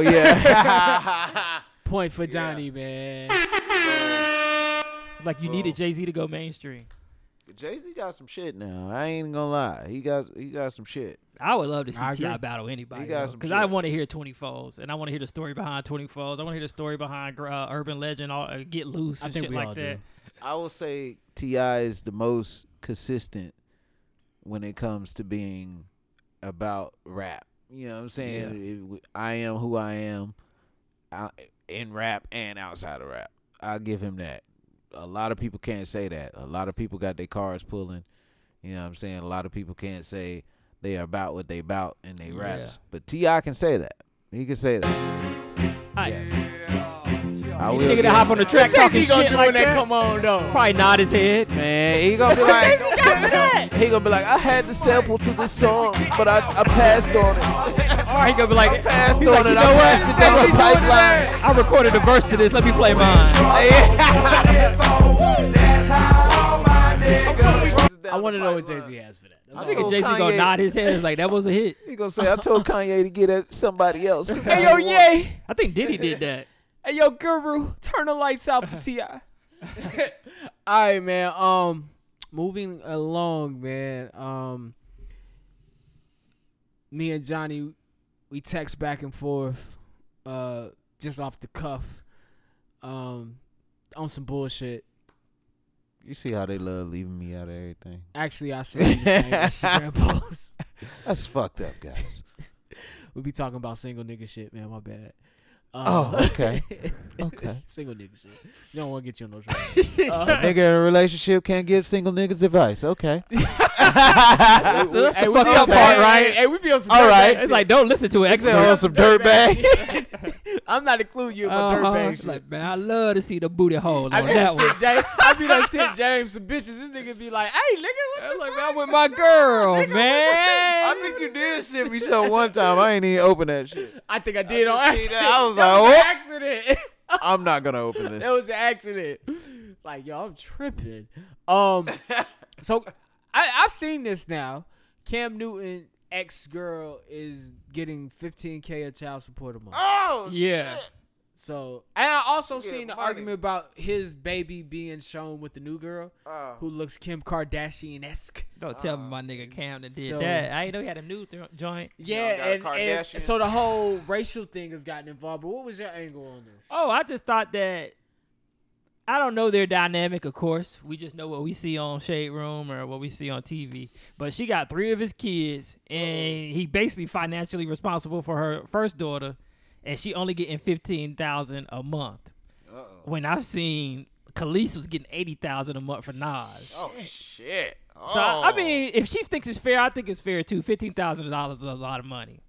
*laughs* yeah. Point for Johnny, man. Like you needed Jay Z to go mainstream. Jay Z got some shit now. I ain't gonna lie. He got he got some shit. I would love to see I Ti agree. battle anybody He got some because I shit. want to hear Twenty Foes and I want to hear the story behind Twenty Foes. I want to hear the story behind uh, Urban Legend, all, uh, Get Loose, I and think shit we like all that. do. I will say Ti is the most consistent when it comes to being about rap. You know what I'm saying? It- I am who I am out- in rap and outside of rap. I'll give him that. A lot of people can't say that. A lot of people got their cars pulling. You know what I'm saying? A lot of people can't say they are about what they about in they raps. But T.I. can say that. He can say that. I, I will nigga give to hop him on the that. track talking gonna shit do like when they that. come on, though? Probably nod his head. Man, he gonna be like, he gonna be like, I had the sample to this song, but I, I passed on it. Or he gonna be like, passed he's on like, it. you I know passed it what? Since he's down the doing it, pipeline." I recorded a verse to this. Let me play mine. *laughs* I want to know what Jay Z has for that. I That's all. told Jay Z gonna Kanye- nod his head. It's like that was a hit. He gonna say, I told Kanye to get at *laughs* somebody else. 'cause I Hey yo, didn't want- yay! I think Diddy did that. Hey yo, Guru, turn the lights out for Ti. *laughs* All right, man. Um, moving along, man. Um, me and Johnny, we text back and forth, uh, just off the cuff, um, on some bullshit. You see how they love leaving me out of everything? Actually, I seen the *laughs* same Instagram post. That's fucked up, *laughs* guys. *laughs* We be talking about single nigga shit, man. My bad. Oh, Uh, *laughs* okay. Okay. single nigga shit. You don't want to get you *laughs* in no trouble. A nigga in a relationship can't give single niggas advice. *laughs* Okay. *laughs* That's the, that's the Hey, we be fucked up on some- part, hey, right? Hey, hey, we be on some All dirt right. bag It's like don't listen to it. Except on Expert. some dirtbag. shit. *laughs* I'm not including you in my dirt Uh-huh. bag It's shit. Like man, I love to see the booty hole I on be that that one. shit, James. I be that *laughs* shit, James. Some bitches. This nigga be like, "Hey, nigga, what That's the like, fuck? man, I'm with *laughs* my girl, I man. think you did send me so one time. I ain't even open that shit. I think I did on See accident. that? I was That like, "Oh." was an accident. I'm not *laughs* gonna open that this. was an accident. Like, yo, I'm tripping. Um, so I, I've seen this now. Cam Newton ex girl is getting 15k of child support a month. Oh Yeah. So, and I also seen the money. argument about his baby being shown with the new girl Uh, who looks Kim Kardashian esque. Don't tell me my nigga Cam that did So- that. I ain't know he had a new thro- joint. Yeah, got and, a and Kardashian. so the whole racial thing has gotten involved. But what was your angle on this? Oh, I just thought that. I don't know their dynamic, of course. We just know what we see on Shade Room or what we see on TV. But she got three of his kids, Oh. and he basically financially responsible for her first daughter, and she only getting fifteen thousand a month. When I've seen Khalees was getting eighty thousand a month for Nas. Oh shit. Oh. So I I mean, if she thinks it's fair, I think it's fair too. Fifteen thousand dollars is a lot of money.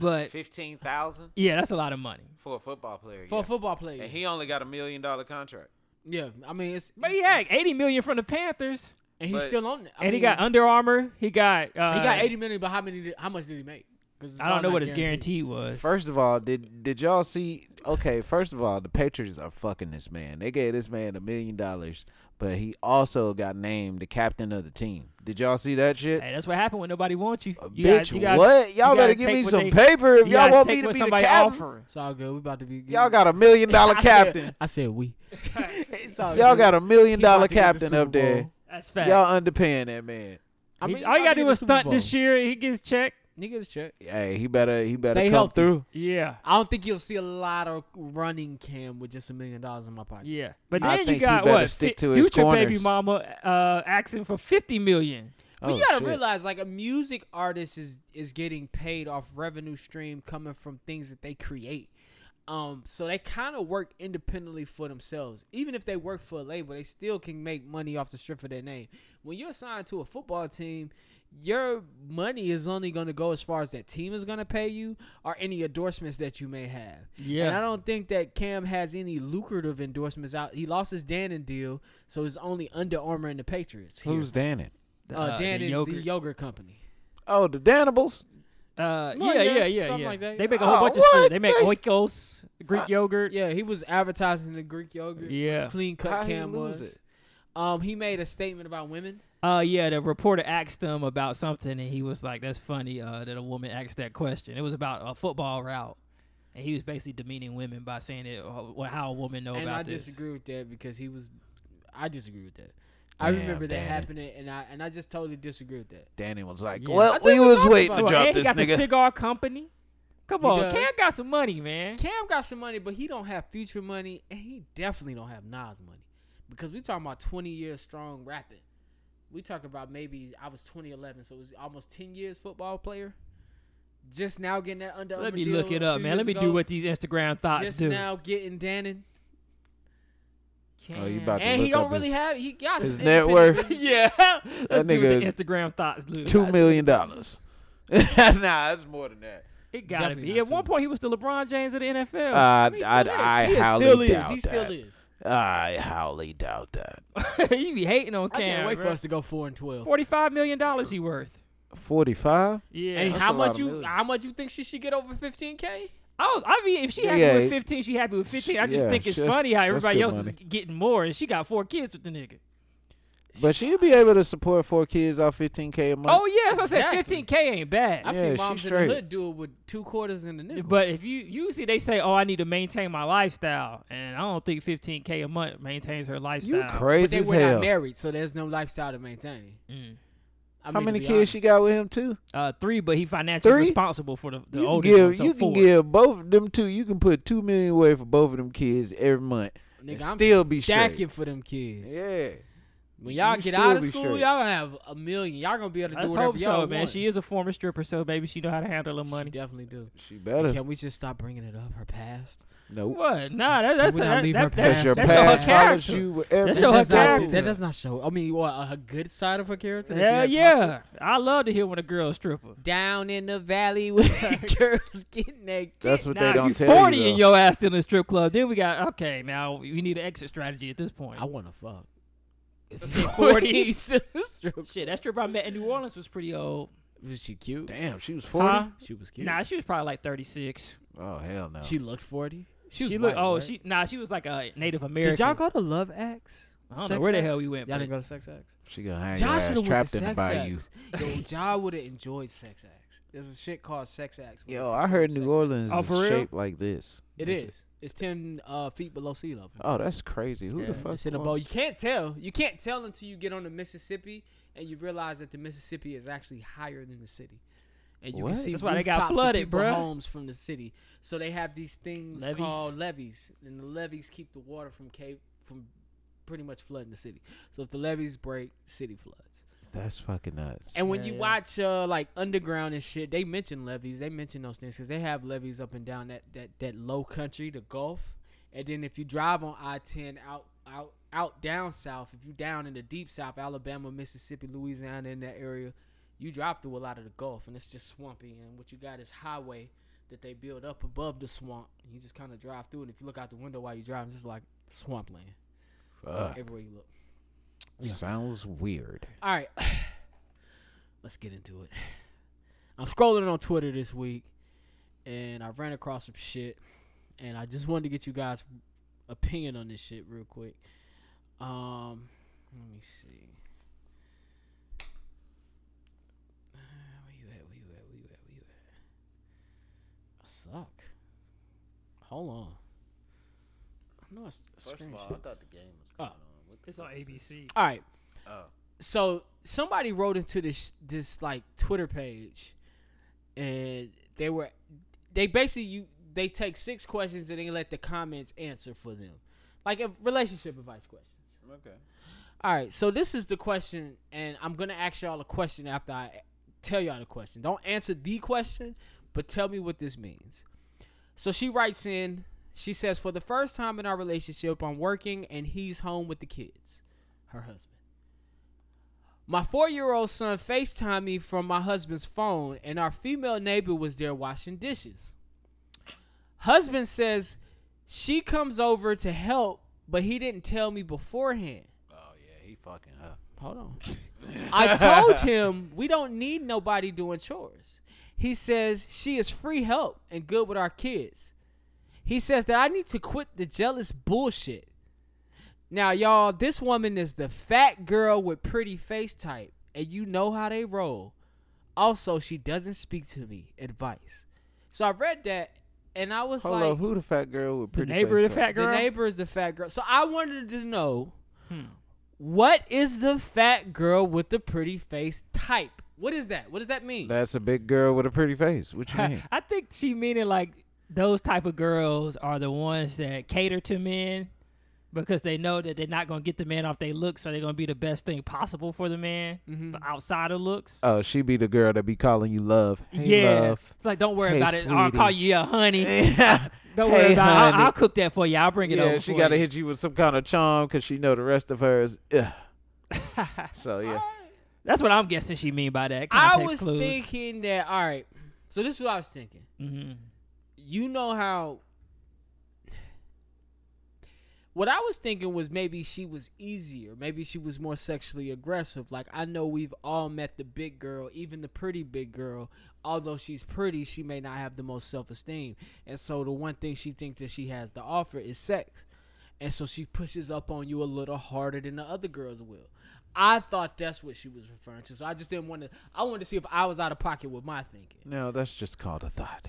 But fifteen thousand. Yeah, that's a lot of money. for a football Oh, player. For a yeah. football player. and he only got a million dollar contract. Yeah, I mean, it's but he had eighty million from the Panthers, and he's But- still on it. I and he mean, got Under Armour. He got uh, he got eighty million, but how many? Did, how much did he make? 'Cause it's I don't all know not what his guarantee was. First of all, did did y'all see? Okay, first of all, the Patriots are fucking this man. They gave this man a million dollars, but he also got named the captain of the team. Did y'all see that shit? Uh, Hey, that's what happened when nobody wants you. you bitch, what? Y'all gotta better give take me what some paper if you y'all gotta want take me to what be the somebody captain. offer. It's all good. We about to be. Y'all got a million dollar I said- *laughs* captain. I said we. It's all Y'all good. got a million He about dollar to get the captain Super up there. Bowl. That's fact. Y'all underpaying that man. I He- mean, all you I gotta get do the is Super stunt this Bowl. year. He gets checked. He gets checked. Hey, he better he better Stay come healthy. through. Yeah, I don't think you'll see a lot of running cam with just a million dollars in my pocket. yeah. But I then you think he got better what? stick Fu- to his future baby corners. mama uh, asking for fifty million. But Oh, you gotta shit. realize, like, a music artist is is getting paid off revenue stream coming from things that they create. Um, so they kind of work independently for themselves. Even if they work for a label, they still can make money off the strip of their name. When you're signed to a football team, your money is only going to go as far as that team is going to pay you or any endorsements that you may have. Yeah. And I don't think that Cam has any lucrative endorsements out. He lost his Dannon deal, so it's only Under Armour and the Patriots. here. Who's Dannon? Uh, Uh, the Dan and the yogurt. yogurt company. Oh, the Danables. Uh, Well, yeah, yeah, yeah, yeah, something yeah. like that. They make a whole Oh, bunch of what? stuff. They make They- oikos, Greek yogurt. Yeah, he was advertising the Greek yogurt. Yeah. Clean cut How he Cam lose was. it? Um, he made a statement about women. Uh, yeah. The reporter asked him about something, and he was like, "That's funny uh, that a woman asked that question." It was about a football route, and he was basically demeaning women by saying it uh, how a woman know and about I this. disagree with that because he was I disagree with that. I Damn, remember that Danny. happening and I and I just totally disagree with that. Dannon was like, Yeah. I Well, think we we was talked waiting to about it. drop and he this got the nigga. cigar company. Come He on, does. Cam got some money, man. Cam got some money, but he don't have future money and he definitely don't have Nas money. Because we talking about twenty years strong rapping. We talk about maybe I was twenty eleven, so it was almost ten years football player. Just now getting that under. Let Armour me deal look it a up, few man. years Let me do ago. what these Instagram thoughts just do. now getting Dannon. Oh, you *laughs* about to And he look don't up really his have he got his some net independent worth. business. *laughs* yeah, that nigga- the Instagram thoughts do. two million dollars. *laughs* nah, that's more than that. It gotta Definitely be. not At one two. point, he was the LeBron James of the NFL. I He still is. I I He is- highly still is. doubt He still that. is. I highly doubt that. *laughs* you be hating on I Cam. can't wait bro. for us to go four and twelve. Forty-five million dollars he worth. Forty five. Yeah. and that's how a lot much of you millions. how much you think she should get over fifteen k? I, was, I mean, if she happy Yeah, with it- fifteen, she happy with fifteen. I just yeah, think it's that's- funny how that's everybody good else is money. g- getting more, and she got four kids with the nigga. But she'd be able to support four kids off fifteen K a month. oh yeah, that's what I said. exactly. Fifteen k ain't bad. I've Yeah, seen she moms in the straight. hood do it with two quarters in the nickel. But if you usually they say, "Oh, I need to maintain my lifestyle," and I don't think fifteen k a month maintains her lifestyle. you but crazy they as were not hell. married, so there's no lifestyle to maintain. Mm. I How mean, to many be kids she honest. got with him too? Uh, three, but he financially Three? responsible for the, the you can oldest one, give so you four. can give both of them two. You can put two million away for both of them kids every month. and Nigga, I'm still be Jacking straight. for them kids. Yeah. When y'all You get still out of be school, straight. y'all gonna have a million. Y'all gonna be able to Let's do whatever hope y'all so, man. want. She is a former stripper, so maybe she know how to handle her She money. definitely do. She better. Can we just stop bringing it up? Her past. Nope. What? Nah, that, that's we a, not that, leave that, her that, Because past? your that show past her follows character. you wherever. That show her does not, character. that does not show. I mean, what, a good side of her character. that she Hell has hustle? yeah, I love to hear when a girl's stripper. down in the *laughs* valley where girls get naked. That's what Now, they don't if you tell 40 you. and though. your ass still in a strip club, then we got okay. Now we need an exit strategy at this point. I want to fuck. *laughs* Forty. strip. *laughs* Shit, that stripper I met in New Orleans was pretty old. *laughs* Was she cute? Damn, she was forty. Huh? She was cute. Nah, she was probably like thirty six. Oh hell no. she looked forty. She was looked. white, Oh, right? she. Nah, she was like a Native American. Did y'all go to Love X? I don't know Sex where the X? hell we went, Y'all but- didn't go to Sex X. She gonna hang your Y'all ass should have went trapped to in the Sex bayou. X. Yo, *laughs* y'all would have enjoyed Sex X. There's a shit called Sex X. Yo, I heard Sex New Orleans Oh, is for real? shaped like this. It is. It's ten uh, feet below sea level. Oh, that's crazy. Who Yeah, the fuck? It's in a wants- bowl. You can't tell. You can't tell until you get on the Mississippi and you realize that the Mississippi is actually higher than the city. And you What? can see That's why they got rooftops of flooded, people bruh. homes from the city. So they have these things Levees. called levees, and the levees keep the water from cave from pretty much flooding the city. So if the levees break, city floods. That's fucking nuts. And when Yeah, you yeah. watch uh, like underground and shit, they mention levees. They mention those things because they have levees up and down that that that low country, the Gulf. And then if you drive on I ten out out out down south, if you down in the deep south, Alabama, Mississippi, Louisiana, in that area, you drive through a lot of the Gulf, and it's just swampy. And what you got is highway that they build up above the swamp. And you just kind of drive through, and if you look out the window while you drive, it's just like swampland. Fuck. Everywhere you look. Sounds weird. All right. *sighs* Let's get into it. I'm scrolling on Twitter this week and I ran across some shit and I just wanted to get you guys opinion on this shit real quick. Um let me see. Uh, Where you at? Where you at? Where you at? Where you at? I suck. Hold on. I know it's First of all, I screenshot. thought the game was Oh. going on. What the It's on fuck is this? ABC. All right. Oh. So somebody wrote into this this like Twitter page, and they were they basically you they take six questions and they let the comments answer for them, like a relationship advice question. Okay. All right, so this is the question, and I'm gonna ask y'all a question after I tell y'all the question. Don't answer the question, but tell me what this means. So she writes in. She says, "For the first time in our relationship, I'm working and he's home with the kids, her husband. My four-year-old son FaceTimed me from my husband's phone, and our female neighbor was there washing dishes. Husband says she comes over to help, but he didn't tell me beforehand." Oh yeah, he fucking up. Hold on. I told him we don't need nobody doing chores. He says she is free help and good with our kids. He says that I need to quit the jealous bullshit. Now, y'all, this woman is the fat girl with pretty face type, and you know how they roll. Also, she doesn't speak to me. Advice. So I read that, and I was Hold like, up, who the fat girl with pretty neighbor face of the type? fat girl? the neighbor is the fat girl. So I wanted to know Hmm. what is the fat girl with the pretty face type? What is that? What does that mean? That's a big girl with a pretty face. What *laughs* you mean? I think she meaning like those type of girls are the ones that cater to men because they know that they're not gonna get the man off their looks, so they're gonna be the best thing possible for the man, but outside of looks. Uh, Oh, she be the girl that be calling you love. Hey, yeah, *laughs* love. it's like don't worry Hey, about it. I'll sweetie. call you a honey. Don't *laughs* Hey, worry about it. honey. I'll, I'll cook that for you. I'll bring it yeah, over. she for got to you. hit you with some kind of charm because she know the rest of hers. *laughs* Ugh. so yeah, That's what I'm guessing she mean by that. I Context was clues. thinking that, all right, so this is what I was thinking. hmm You know how. What I was thinking was maybe she was easier. Maybe she was more sexually aggressive. Like, I know we've all met the big girl, even the pretty big girl. Although she's pretty, she may not have the most self esteem. And so, the one thing she thinks that she has to offer is sex. And so she pushes up on you a little harder than the other girls will. I thought that's what she was referring to. So I just didn't want to. I wanted to see if I was out of pocket with my thinking. no, that's just called a thought.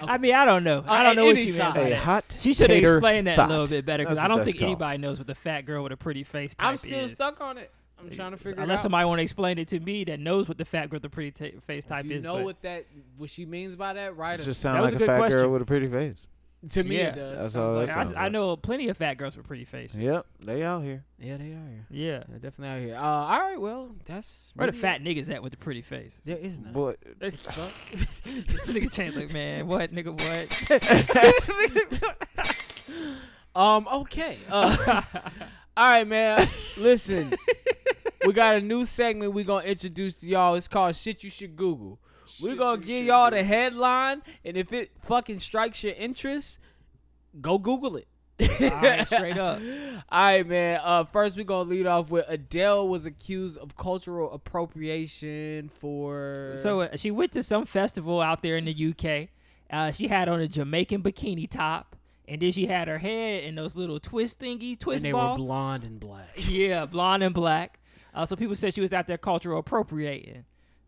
I mean, I don't know. I Uh, don't know what any she size. meant. by A that. hot. She should have tater explained that thought. a little bit better because That's I what don't that's think called. anybody knows what the fat girl with a pretty face type I'm still is. stuck on it. I'm trying to figure it Unless out. somebody want to explain it to me that knows what the fat girl with the pretty ta face type you is. know but- what that what she means by that, right? It just That sound like was a a, good fat question. girl with a pretty face. *laughs* to me, yeah, it does. that's Sounds all like- that I, sounds I like. know plenty of fat girls with pretty faces. Yep, they out here. yeah, they are here. Yeah. They're definitely out here. Uh, all right, well, *laughs* that's Where the maybe- fat niggas at with the pretty faces? *laughs* There is none. Boy, nigga Chandler, man, what nigga, *laughs* what? Um. Okay. Uh, *laughs* all right, man. Listen, we got a new segment we gonna introduce to y'all. It's called "Shit You Should Google." we gonna give y'all the headline, and if it fucking strikes your interest, go Google it. All right, straight up. *laughs* All right, man. Uh, first we gonna lead off with Adele was accused of cultural appropriation for. So uh, she went to some festival out there in the UK. Uh, she had on a Jamaican bikini top, and then she had her hair in those little twist thingy twist and they balls. were blonde and black. *laughs* *laughs* Yeah, blonde and black. Uh, so people said she was out there cultural appropriating.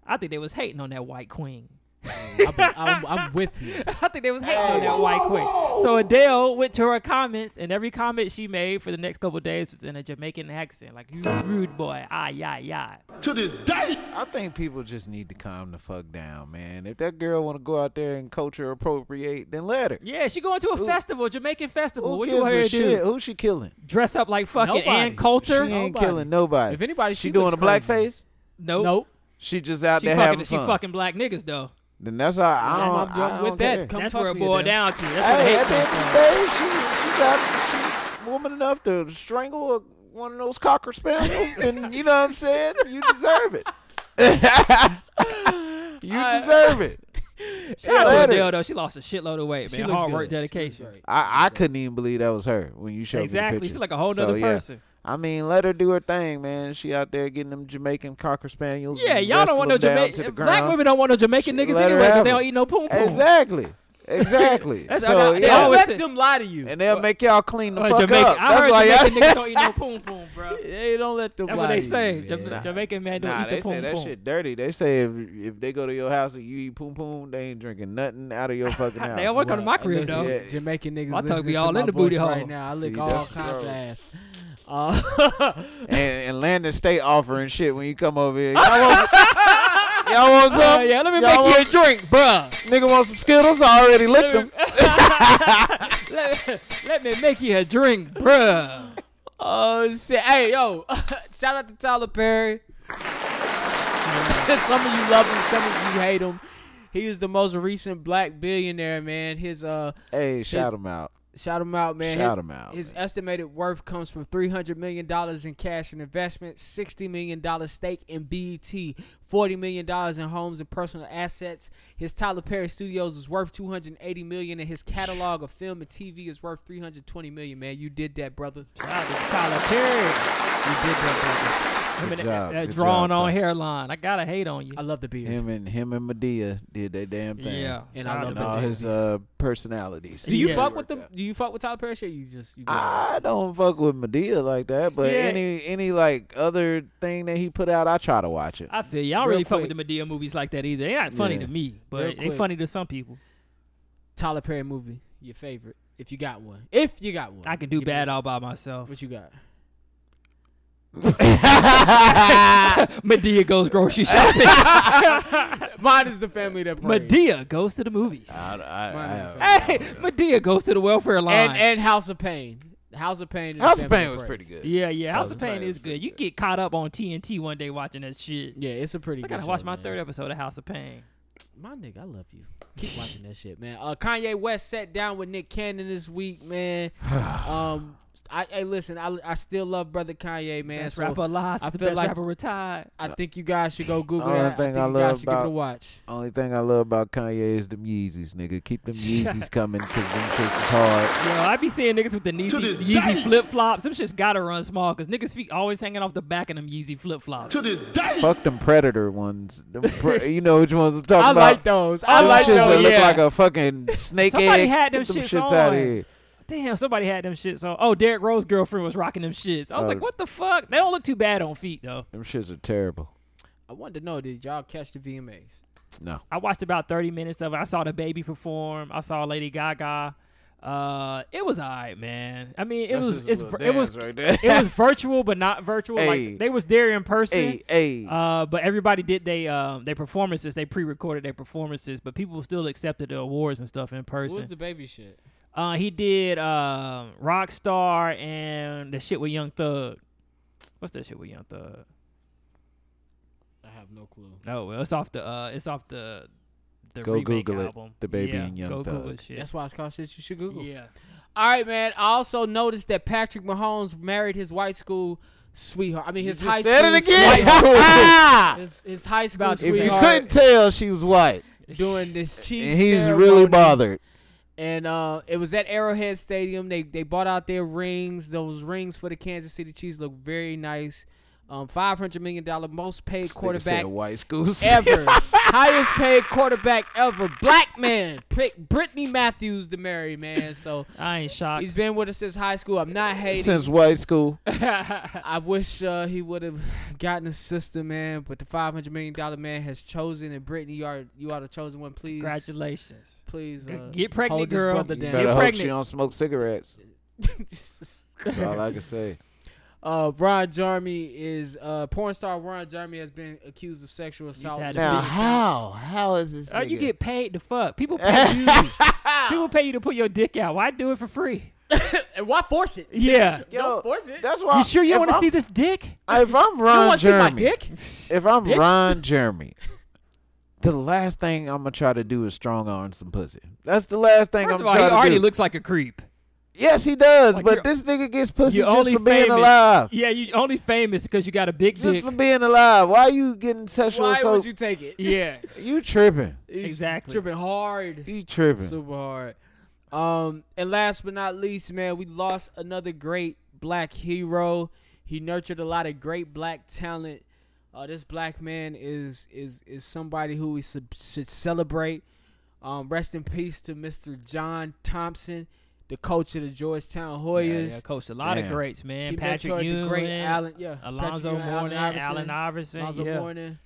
I think they was hating on that white queen. *laughs* I'm, I'm, I'm with you. I think they was hating on that white queen. So Adele went to her comments, and every comment she made for the next couple of days was in a Jamaican accent, like "you rude boy, ah yeah yeah." To this day, I think people just need to calm the fuck down, man. If that girl want to go out there and culture appropriate, then let her. Yeah, she going to a festival, Jamaican festival. Who what you gives want her a to shit? do? Who she killing? Dress up like fucking Nobody. Ann She Coulter? ain't Nobody. killing nobody. If anybody, she, she doing looks a blackface. crazy. *laughs* nope. Nope. She just out She there fucking having she fun. fucking black niggas though. Then that's how I I'm, don't. I'm, I I'm don't with care. that. Come That's fuck where it me, boiled Adele. down to. That's where the Hey, hate at the comes end of the from. day, she she got she woman enough to strangle a, one of those cocker *laughs* spaniels, then you know what I'm saying? You deserve it. you deserve it. Shout out Let to her. Adele though. She lost a shitload of weight, She man. looks Hard good. work, She looks dedication. I, I couldn't even believe that was her when you showed me Exactly. the picture. She's like a whole nother person. I mean, let her do her thing, man. She out there getting them Jamaican cocker spaniels. Yeah, and y'all don't want no wrestle them down to the Jamaican. Black ground. women don't want no Jamaican niggas let her anyway. 'cause have They it. don't eat no poom poom. Exactly. Exactly. *laughs* That's- I so got- they yeah. always Let think- them lie to you. and they'll make y'all clean the Uh, fuck Jamaican- up. I That's heard why Jamaican y'all- niggas don't eat no poom poom, bro. They don't let them That's lie what they to say. you, Jam- man. Jamaican man don't *laughs* Nah, eat the they poom say that poom. shit dirty. They say if if they go to your house and you eat poom poom, they ain't drinking nothing out of *laughs* your fucking house. They all work on my crib Listen, though. Yeah. Jamaican niggas. My tongue listening be to all my in the booty voice hole. Right now, I lick See, all that's kinds of gross. ass. Uh, and, and Landon State offering shit when you come over *laughs* here. Y'all want, y'all want some? Uh, yeah, let me Y'all make you a want- drink, bruh. Nigga want some Skittles? I already licked them. *laughs* Let me, let me make you a drink, bruh. Oh shit! Hey yo, *laughs* shout out to Tyler Perry. *laughs* some of you love him, some of you hate him. He is the most recent black billionaire, man. His uh, Hey, shout them out. shout him out, man. Shout his, him out, His estimated worth comes from three hundred million dollars in cash and investments, sixty million dollars stake in BET, forty million dollars in homes and personal assets. His Tyler Perry Studios is worth two hundred eighty million, and his catalog of film and TV is worth three hundred twenty million. Man, you did that, brother. Shout out to Tyler Perry. You did that, brother. Him and that, Good job, that good drawn job, uh, on Ty. hairline. I gotta hate on you. I love the beard. Him and him and Medea did their damn thing. Yeah, And shout I love out to And that all Tyler. his uh, personalities. Do you Yeah. fuck with them? Do you fuck with Tyler Perry? Shit, you just you go- I don't fuck with Medea like that, but Yeah. any any like other thing that he put out, I try to watch it. I feel you. I don't Real really fuck with quick. the Medea movies like that either. They not funny to Yeah. me, Real but they quick. funny to some people. Tyler Perry movie, your favorite, if you got one. If you got one, I can do Give me bad one. all *laughs* by myself. *laughs* What you got? Medea goes grocery shopping. Mine is the family that prays. Medea goes to the movies. *laughs* I, I, Mine is I, a Hey, Medea goes to the welfare line. and and House of Pain. House of Pain. is the House of family Pain that was prays. pretty good. yeah, yeah. House of Pain Pain is was good. pretty You good. get caught up on TNT one day watching that shit. Yeah, it's a pretty. I good gotta show, watch my man. third episode of House of Pain. My nigga, I love you. Keep watching that shit, man. Uh, Kanye West sat down with Nick Cannon this week, *sighs* man. um, I hey, listen, I I still love brother Kanye, man. Best so rapper alive. I since the feel best like- rapper retired. I think you guys should go Google Only that. I thing think I you love guys should give it a about- watch. Only thing I love about Kanye is them Yeezys, nigga. *laughs* Keep them Yeezys coming because them shits is hard. Yo, I be seeing niggas with the Yeezy, this Yeezy day. flip flops. Them shit's gotta run small because niggas feet always hanging off the back of them Yeezy flip flops. To this day, Fuck them Predator ones. Them *laughs* pre- you know which ones I'm talking I about. like those. I them like shits that those. look Yeah. like a fucking snake Somebody egg. had them Get them shits shits out on. of here. Damn, somebody had them shits on. Oh, Derek Rose's girlfriend was rocking them shits. I was Oh. like, what the fuck? They don't look too bad on feet though. Them shits are terrible. I wanted to know, did y'all catch the VMAs? No. I watched about 30 minutes of it. I saw the baby perform. I saw Lady Gaga. Uh, it was alright, man. I mean, it That's was just a it's little it was dance right there. it was virtual, but not virtual. Hey. Like they was there in person. *laughs* Hey, hey. Uh, but everybody did they um their performances. They pre-recorded their performances, but people still accepted the awards and stuff in What was person. the baby shit? uh, he did um Rockstar and the shit with Young Thug. What's that shit with Young Thug? I have no clue. No, well, it's off the uh, it's off the the Go remake Google it, album. The Baby yeah, and Young go Thug. Google shit. That's why it's called shit you should Google. yeah. All right, man. I also noticed that Patrick Mahomes married his white school sweetheart. I mean, his high school. Said it sweetheart- *laughs* again. his, his high school About- if you sweetheart couldn't tell, she was white, *laughs* doing this cheap. and he's really bothered. And uh, it was at Arrowhead Stadium. They they bought out their rings. Those rings for the Kansas City Chiefs look very nice. Um, Five hundred million dollar most paid quarterback white *laughs* schools. *laughs* ever, highest paid quarterback ever. Black man picked Brittany Matthews to marry, man. So I ain't shocked. he's been with us since high school. I'm not hating. Since white school, *laughs* I wish uh, he would have gotten a sister, man. But the five hundred million dollar man has chosen, and Brittany, you are you are the chosen one. Please, *laughs* Congratulations. please, G- uh, get pregnant, hold this girl. brother you down. *laughs* better hope pregnant. she don't smoke cigarettes. That's all I *laughs* can say. uh, Ron Jeremy is uh, porn star. Ron Jeremy has been accused of sexual He's assault. had with a Now, three how how is this? Uh, *laughs* you nigga- get paid to fuck. People pay *laughs* you. People pay you to put your dick out. Why do it for *laughs* free? accounts. and why force it? Yeah. Yo, Don't force it. That's why. you sure you *laughs* if want to I'm- see this dick? If I'm You Ron want to see my Jeremy, dick? if I'm bitch? Ron Jeremy, the last thing I'm gonna try to do is strong arm some pussy. That's the last thing First I'm of all, he trying to already do. looks like a creep. Yes, he does, Like, but you're- this nigga gets pussy You're just for only being famous- alive. Yeah, you only famous because you got a big Just dick. for being alive. Why you getting sexual Why assault? would you take it? *laughs* yeah, you tripping. He's Exactly. Tripping hard. He tripping. Super hard. Um, and last but not least, man, we lost another great black hero. He nurtured a lot of great black talent. Uh, this black man is is is somebody who we sub- should celebrate. Um, rest in peace to Mr. John Thompson, the coach of the Georgetown Hoyas. yeah, yeah, coached a lot of Damn. greats, man. He Patrick mentored the great Ewing, Allen, yeah, Alonzo Patrick Ewing, Allen Mourning, Iverson, Allen Iverson, Alonzo yeah. Mourning.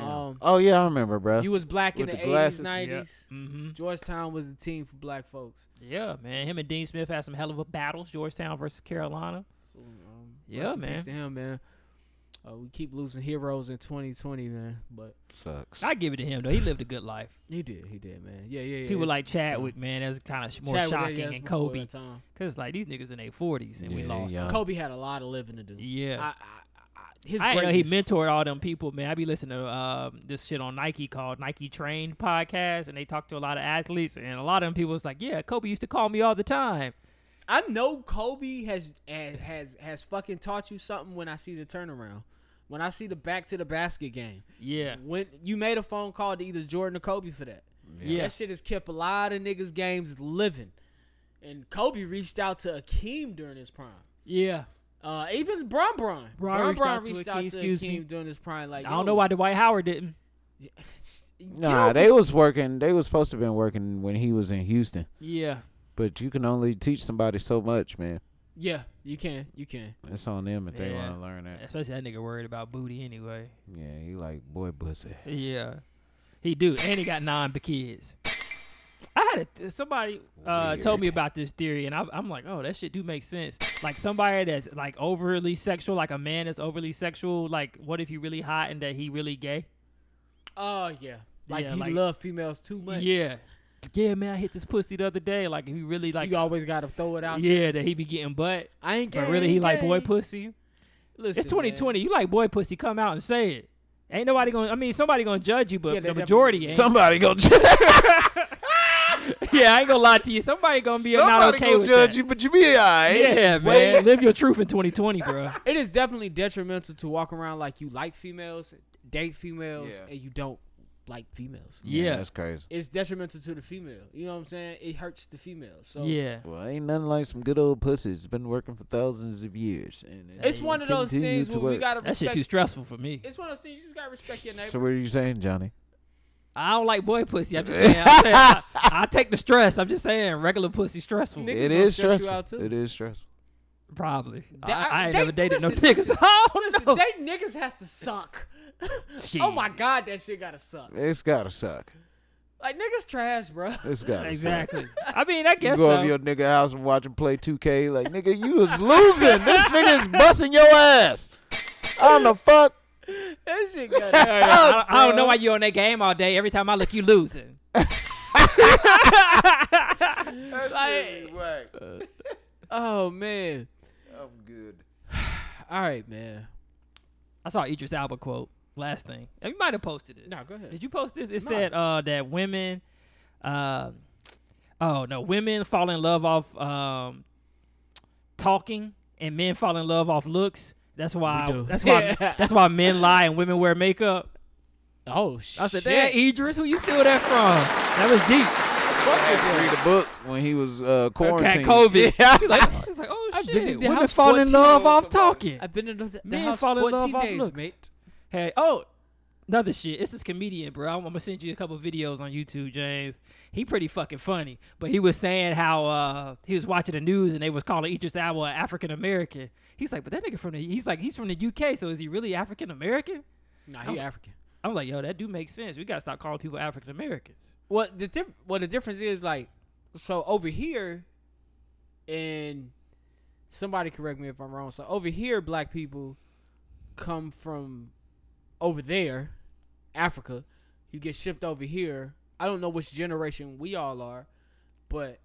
Um, Oh yeah, I remember, bro. he was black With in the the eighties, glasses. nineties. Mm-hmm. Georgetown was the team for black folks. Yeah, man. Him and Dean Smith had some hell of a battles. Georgetown versus Carolina. So, um, Yeah, rest in peace man. To him, man. Uh, we keep losing heroes in 2020, man. But Sucks. I give it to him though. He lived a good life. he did, he did, man. Yeah, yeah, yeah. People it's- uh, like it's time. Chadwick, man, that's kind of more Chadwick, yeah, shocking, yeah, it's and before Kobe, that time. because like these niggas in their forties and we Yeah, lost. yeah. them. Kobe had a lot of living to do. Yeah. I, I, I, his I didn't know he greatness. mentored all them people, man. I be listening to um, this shit on Nike called Nike Trained Podcast, and they talk to a lot of athletes, and a lot of them people was like, "Yeah, Kobe used to call me all the time." I know Kobe has has has- has fucking taught you something when I see the turnaround. When I see the back to the basket game. Yeah, When you made a phone call to either Jordan or Kobe for that. yeah, That shit has kept a lot of niggas games living. And Kobe reached out to Akeem during his prime. yeah. Uh, even Bron Bron. Bron Bron reached Bron out to reached Akeem, out to excuse me. Akeem during his prime. Like I don't yo, know why Dwight Howard didn't. *laughs* get Nah, off they your- was working. They was supposed to been working when he was in Houston. Yeah, But you can only teach somebody so much, man. Yeah, you can, you can. That's on them if they Yeah. want to learn that. especially that nigga worried about booty anyway. Yeah, he like boy pussy. Yeah, he do, and he got nine kids. I had a th- somebody uh, told me about this theory, and I, I'm like, oh, that shit do make sense. Like somebody that's like overly sexual, like a man that's overly sexual. Like, what if he really hot and that he really gay? Oh yeah, like Yeah, he like- loved females too much. Yeah, yeah, man, I hit this pussy the other day. Like, if he really like, you always gotta throw it out. yeah, that he be getting butt, I ain't. Gay, but really he ain't like boy gay. pussy. Listen, It's 2020. You like boy pussy? Come out and say it. Ain't nobody gonna. I mean, somebody gonna judge you, but Yeah, they the definitely- majority ain't. Somebody *laughs* gonna judge. *laughs* yeah, I ain't gonna lie to you. Somebody gonna be not somebody okay gonna with judge that. you, but you be alright. Yeah, man. Live your truth in 2020, *laughs* bro. Man. It is definitely detrimental to walk around like you like females, date females, Yeah. and you don't like females. Yeah. that's crazy. It's detrimental to the female. You know what I'm saying? It hurts the female. So Yeah. Well, ain't nothing like some good old pussy. It's been working for thousands of years, and it it's one of those continue things to where we work. gotta That shit respect. too stressful for me. it's one of those things you just gotta respect your neighbor. So what are you saying, Johnny? I don't like boy pussy. *laughs* I'm just saying. I'm saying I, I take the stress. I'm just saying regular pussy stressful. Niggas it gonna is stress you stressful. out, too. It is stressful. Probably. They- I, I ain't they- never dated no listen, niggas. *laughs* listen, I don't Listen, know. dating Oh. niggas has to suck. *laughs* Shit. oh my god, that shit gotta suck. It's gotta suck. Like niggas trash, bro. *laughs* It's gotta exactly. I mean, I Suck. *laughs* You guess go so. over your nigga house and watch him play 2K. Like nigga, you was losing. this nigga is busting your ass. On the fuck. That shit *laughs* gotta. I, don't- I don't know why you on that game all day. Every time I look, you losing. like, oh man. I'm good. All right, man. I saw Idris Alba quote last thing. And You might have posted this. No, go ahead. Did you post this? It said uh, that women, uh, oh no, women fall in love off um, talking, and men fall in love off looks. That's why. do. That's why. *laughs* Yeah. That's why men lie and women wear makeup. Oh shit. I said, "Damn, Idris, who you steal that from? That was deep." I had to read a book when he was uh, Got quarantined. *laughs* COVID. He's like, oh, he's like, oh I've been shit, in the women house fall in 14 love years off of talking. I've been in the, the Men house fall in 14 love off days, looks. mate. Hey, oh, another shit. It's this comedian, bro. I'm, I'm gonna send you a couple videos on YouTube, James. He pretty fucking funny. But he was saying how uh, he was watching the news and they was calling Idris Alba an African American. He's like, but that nigga from the he's like he's from the UK, so is he really African American? Nah, he African. I'm like, yo, that do make sense. We gotta stop calling people African Americans. Well, the dif- well the difference is like, so over here, and somebody correct me if I'm wrong. So over here, black people come from over there, Africa. You get shipped over here. I don't know which generation we all are, but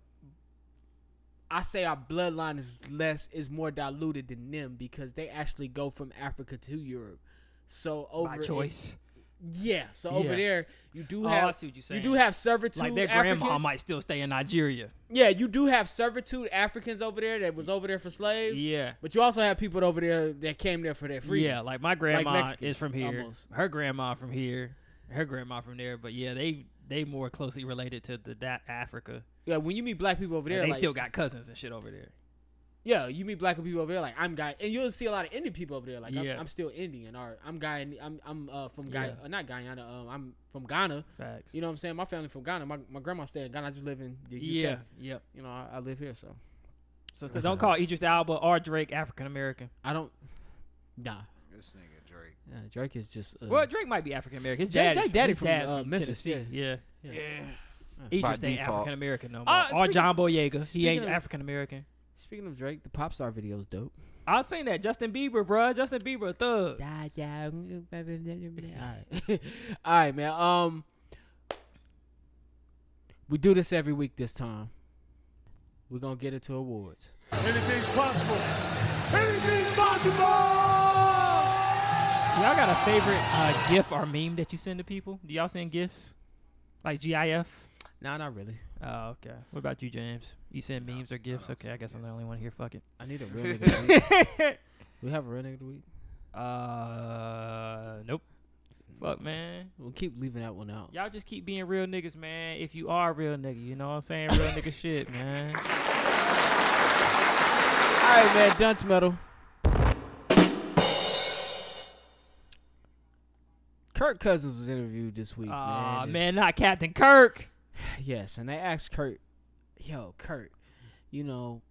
I say our bloodline is less is more diluted than them because they actually go from Africa to Europe. So over By choice. Yeah, so over Yeah. there you do Oh, have I see what you're saying. you do have servitude. Like their Africans. grandma might still stay in Nigeria. Yeah, you do have servitude Africans over there that was over there for slaves. Yeah. but you also have people over there that came there for their freedom. Yeah, like my grandma Mexicans, is from here. almost. Her grandma from here. Her grandma from there. But yeah, they they more closely related to the that Africa. Yeah, when you meet black people over And there, they like- still got cousins and shit over there. Yeah, you meet black people over there. Like I'm guy, and you'll see a lot of Indian people over there. Like I'm, Yeah. I'm still Indian, or I'm guy. I'm I'm uh, from guy, Yeah. uh, not Guyana. Um, I'm from Ghana. Facts. You know what I'm saying? My family from Ghana. My, my grandma stayed in Ghana. I just live in the UK. Yeah, yep. You know, I, I live here, so. So, That's don't what call happens. Idris Alba or Drake African American. I don't. Nah. This nigga Drake. Yeah, Drake is just. Uh, Well, Drake might be African American. His Drake- daddy, Drake daddy his from, dad uh, Memphis, Tennessee. Yeah. Yeah. Idris By ain't default. African American no more. Uh, or speaking- John Boyega. He speaking ain't of- African American. Speaking of Drake, the pop star video is dope. I was saying that Justin Bieber, bruh. Justin Bieber, a thug. Yeah, yeah. All right, *laughs* man. Um, we do this every week. This time, we're gonna get into awards. Anything's possible. Anything's possible. Y'all got a favorite uh, GIF or meme that you send to people? Do y'all send GIFs? Like GIF? Nah, not really. Oh, okay. What about you, James? You send memes or GIFs? Okay, I guess I'm the only one here. Fuck it. I *laughs* need a real nigga of *laughs* the week. we have a real nigga of the week. Uh, nope. Fuck, man. We'll keep leaving that one out. Y'all just keep being real niggas, man. If you are a real nigga, you know what I'm saying? Real *laughs* nigga shit, man. All right, man. Dunce metal. Kirk Cousins was interviewed this week. Aw, man. man, not Captain Kirk. *sighs* Yes, and they asked Kurt, "Yo, Kurt, you know,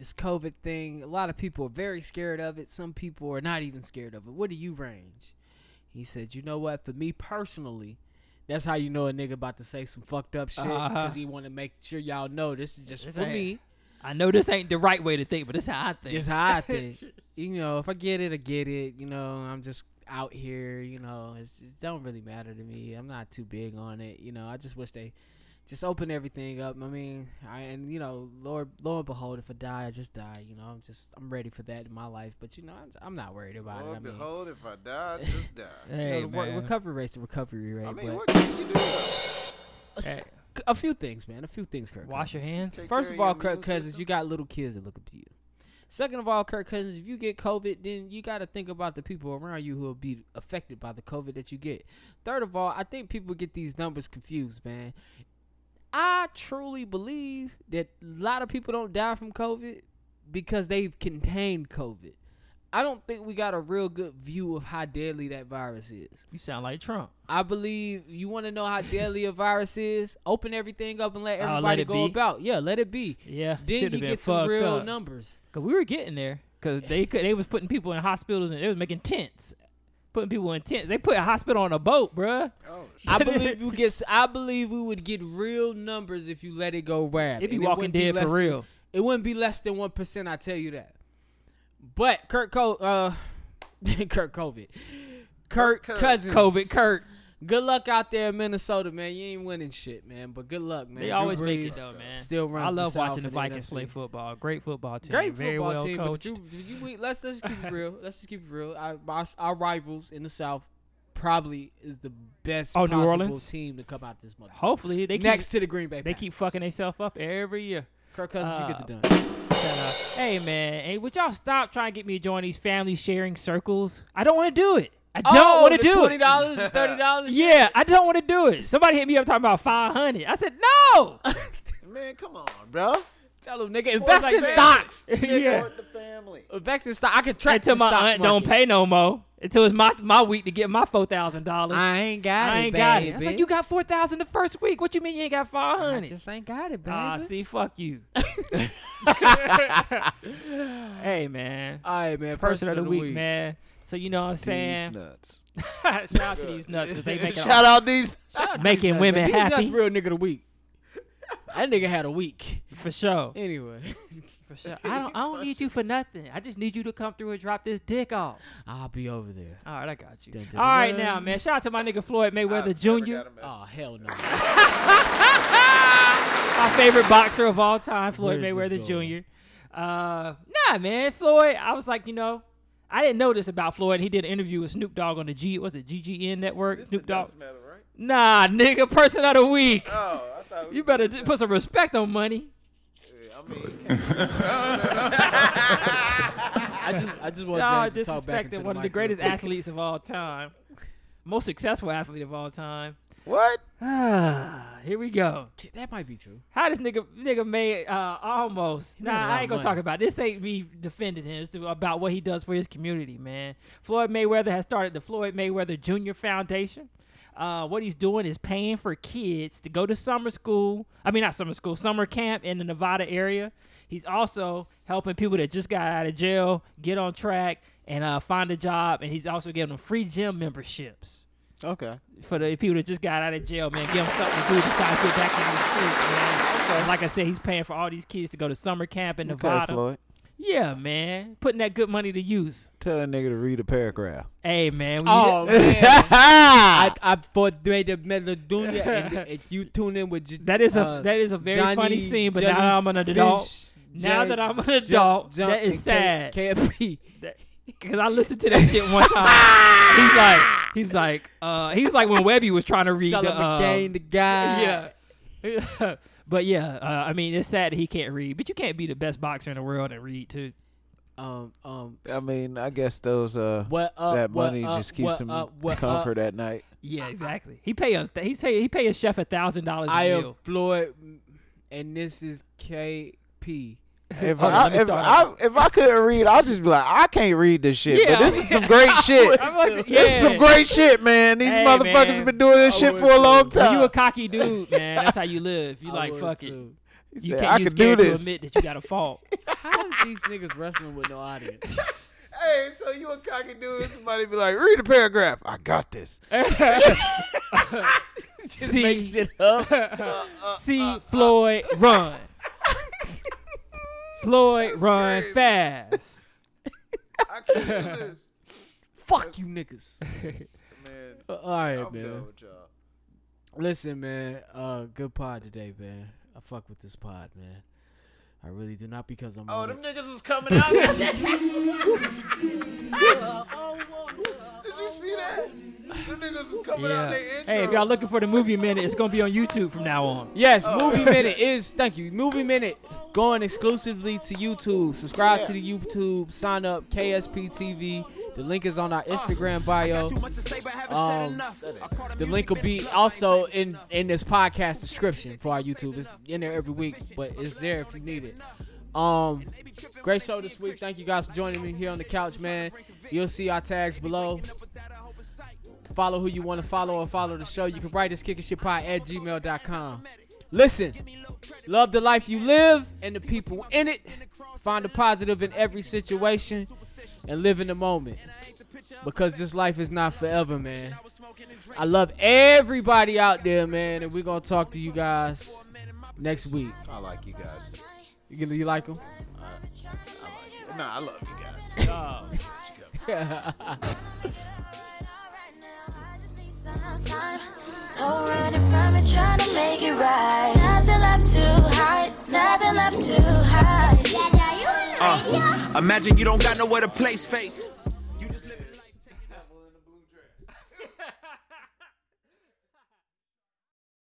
this COVID thing. A lot of people are very scared of it. Some people are not even scared of it. What do you range?" He said, "You know what? For me personally, that's how you know a nigga about to say some fucked up shit Uh-huh. because he want to make sure y'all know this is just This for ain't- me. I know this ain't the right way to think, but this how I think. Just how I *laughs* think. you know, if I get it, I get it. You know, I'm just." out here you know it's, it don't really matter to me i'm not too big on it you know i just wish they just open everything up. I mean, I and you know, Lord, lo and behold, if I die, I just die. You know, I'm just I'm ready for that in my life. But you know, I'm, I'm not worried about Lord it. I mean, behold, if I die, I just die. you know, Hey, the wor- man. recovery rate's the recovery rate. I mean, but what can you do? Oh, though? a, s- Hey. a few things, man. A few things, Kirk. Wash your Cousins. hands. Take First care of your all, Kirk immune Cousins, system. you got little kids that look up to you. Second of all, Kirk Cousins, if you get COVID, then you got to think about the people around you who will be affected by the COVID that you get. Third of all, I think people get these numbers confused, man. I truly believe that a lot of people don't die from COVID because they've contained COVID. I don't think we got a real good view of how deadly that virus is. You sound like Trump. I believe you want to know how deadly a virus is. Open everything up and let Oh, let everybody it go be. about. Yeah, let it be. Yeah, Then should've you been get some fucked real up. numbers. Cause we were getting there. Cause they could, they was putting people in hospitals and they was making tents, putting people in tents. They put a hospital on a boat, bruh. Oh, I believe you get. I believe we would get real numbers if you let it go rap. It be And Walking wouldn't Dead for less than- real. it wouldn't be less than one percent. I tell you that. But Kurt Co. Uh, *laughs* Kurt COVID. Kurt Cousins. Cousins. COVID, Kirk. Good luck out there in Minnesota, man. You ain't winning shit, man. But good luck, man. They Drew always make Brees it though, man. Still runs. I the love South watching the and Vikings NFC. play football. Great football team. Great Very football well team, coached. but you, you, we, let's let's keep it real. Let's just keep it real. Our, our, our rivals in the South probably is the best Oh, New possible Orleans? team to come out this month. Hopefully they keep, Next to the Green Bay, they keep fucking themselves up every year. Kirk Cousins. you get the uh, done. Hey man, hey, would y'all stop trying to get me to join these family sharing circles? I don't want to do it. I don't oh, want to the do twenty it. dollars, thirty *laughs* dollars. Yeah, I don't want to do it. Somebody hit me up talking about five hundred. I said *laughs* no. man, come on, bro. Tell them nigga, invest in like that. stocks. yeah. The family. Invest in stock. I can track Until the my stock aunt don't market. pay no more. Until it's my my week to get my four thousand dollars. I ain't got I it. ain't got it. baby. I was like, you got four thousand the first week. What you mean you ain't got five I hundred? just ain't got it, baby. Ah, see, fuck you. *laughs* *laughs* hey man, All right, man. person of the week, *laughs* man. So you know what I'm saying. nuts. *laughs* Shout out to these nuts because they *laughs* making Shout out these. making women That's happy real nigga of the week. *laughs* That nigga had a week. for sure. *laughs* *laughs* Anyway. For sure. I don't. I don't need you for nothing. I just need you to come through and drop this dick off. I'll be over there. All right, I got you. Dun, dun, All right, dun. now, man. Shout out to my nigga Floyd Mayweather I've never Jr. got a message. Oh hell no! my favorite boxer of all time, Floyd Where is this Mayweather going? Jr. Uh, nah, man, Floyd. I was like, you know, I didn't know this about Floyd. He did an interview with Snoop Dogg on the G. Was it GGN Network? Snoop Dogg. Nah, nigga, person of the week. Oh, I thought we you better d- put some respect on money. I just I just want Y'all James to talk back into the disrespected one of the mic. greatest athletes of all time, most successful athlete of all time. What? *sighs* Here we go. That might be true. How this nigga nigga made uh, almost? made a Nah, lot I ain't of gonna money. talk about it. this. Ain't me defending him. It's about what he does for his community, man. Floyd Mayweather has started the Floyd Mayweather Jr. Foundation. Uh, what he's doing is paying for kids to go to summer school. I mean, not summer school, summer camp in the Nevada area. He's also helping people that just got out of jail get on track and uh, find a job. And he's also giving them free gym memberships Okay. for the people that just got out of jail, man. Give them something to do besides get back in the streets, man. Okay. And like I said, he's paying for all these kids to go to summer camp in Nevada. Okay, Floyd. Yeah, man. Putting that good money to use. Tell that nigga to read a paragraph. Hey, man. we- Oh man, I, *laughs* I bought Dre Meladunia, and if you tune in with J- that is a uh, that is a very Johnny- funny scene, but Johnny now that I'm an Fish, adult, now J- that I'm an J- adult, J- that is and K- sad. KFB. Because I listened to that shit *laughs* one time. he's like, he's like, uh, he's like when Webby was trying to read the, uh, Charlamagne the guy. Yeah. *laughs* but yeah, uh, I mean, it's sad that he can't read, but you can't be the best boxer in the world and read too. Um, um, I mean, I guess those uh What up, that what money up, just keeps what him up, what comfort at *laughs* night. Yeah, exactly. He pay a th- he's pay, he pay a chef a thousand dollars I a am meal. Floyd, and this is KP. If Oh, I let me if start I if I couldn't read, I'd just be like, I can't read this shit. Yeah, but this *laughs* I is some great shit. *laughs* I'm like, This is some yeah. great shit, man. These Hey, motherfuckers man. have been doing this shit for a long When you time. a cocky dude, man. That's how you live. *laughs* You like fuck it. He You said, can't. I you could do scared this. to admit that you *laughs* got a fault. How is these niggas wrestling with no *laughs* audience? Hey, so you a cocky dude? and Somebody be like, read a paragraph. I got *laughs* this. *laughs* See, *laughs* Uh, see Floyd run. Floyd run crazy. fast. I can do this. Fuck you *laughs* niggas. Man, All right, I'm man. done with y'all. Listen, man. Uh, good pod today, man. I fuck with this pod, man. I really do not because I'm. Oh, on them it. niggas was coming out. Did You see that? Them niggas is coming out Yeah. their intro. Hey, if y'all looking for the movie minute, it's gonna be on YouTube from now on. Yes, movie minute is thank you. Movie minute going exclusively to YouTube. Subscribe to the YouTube. Sign up KSP TV. The link is on our Instagram bio. Um, the link will be also in in this podcast description for our YouTube. It's in there every week, but it's there if you need it. Um, great show this week. Thank you guys for joining me here on the couch, man. You'll see our tags below. Follow who you want to follow or follow the show. You can write us kickingshitpod at gmail.com. Listen, love the life you live and the people in it. Find the positive in every situation and live in the moment because this life is not forever, man. I love everybody out there, man, and we're going to talk to you guys next week. I like you guys. You, you like them? Nah, I love you guys. *laughs* No running from it, trying to make it right. Nothing left to hide, nothing left to hide. Daddy, are you on the radio? Imagine you don't got nowhere to place faith.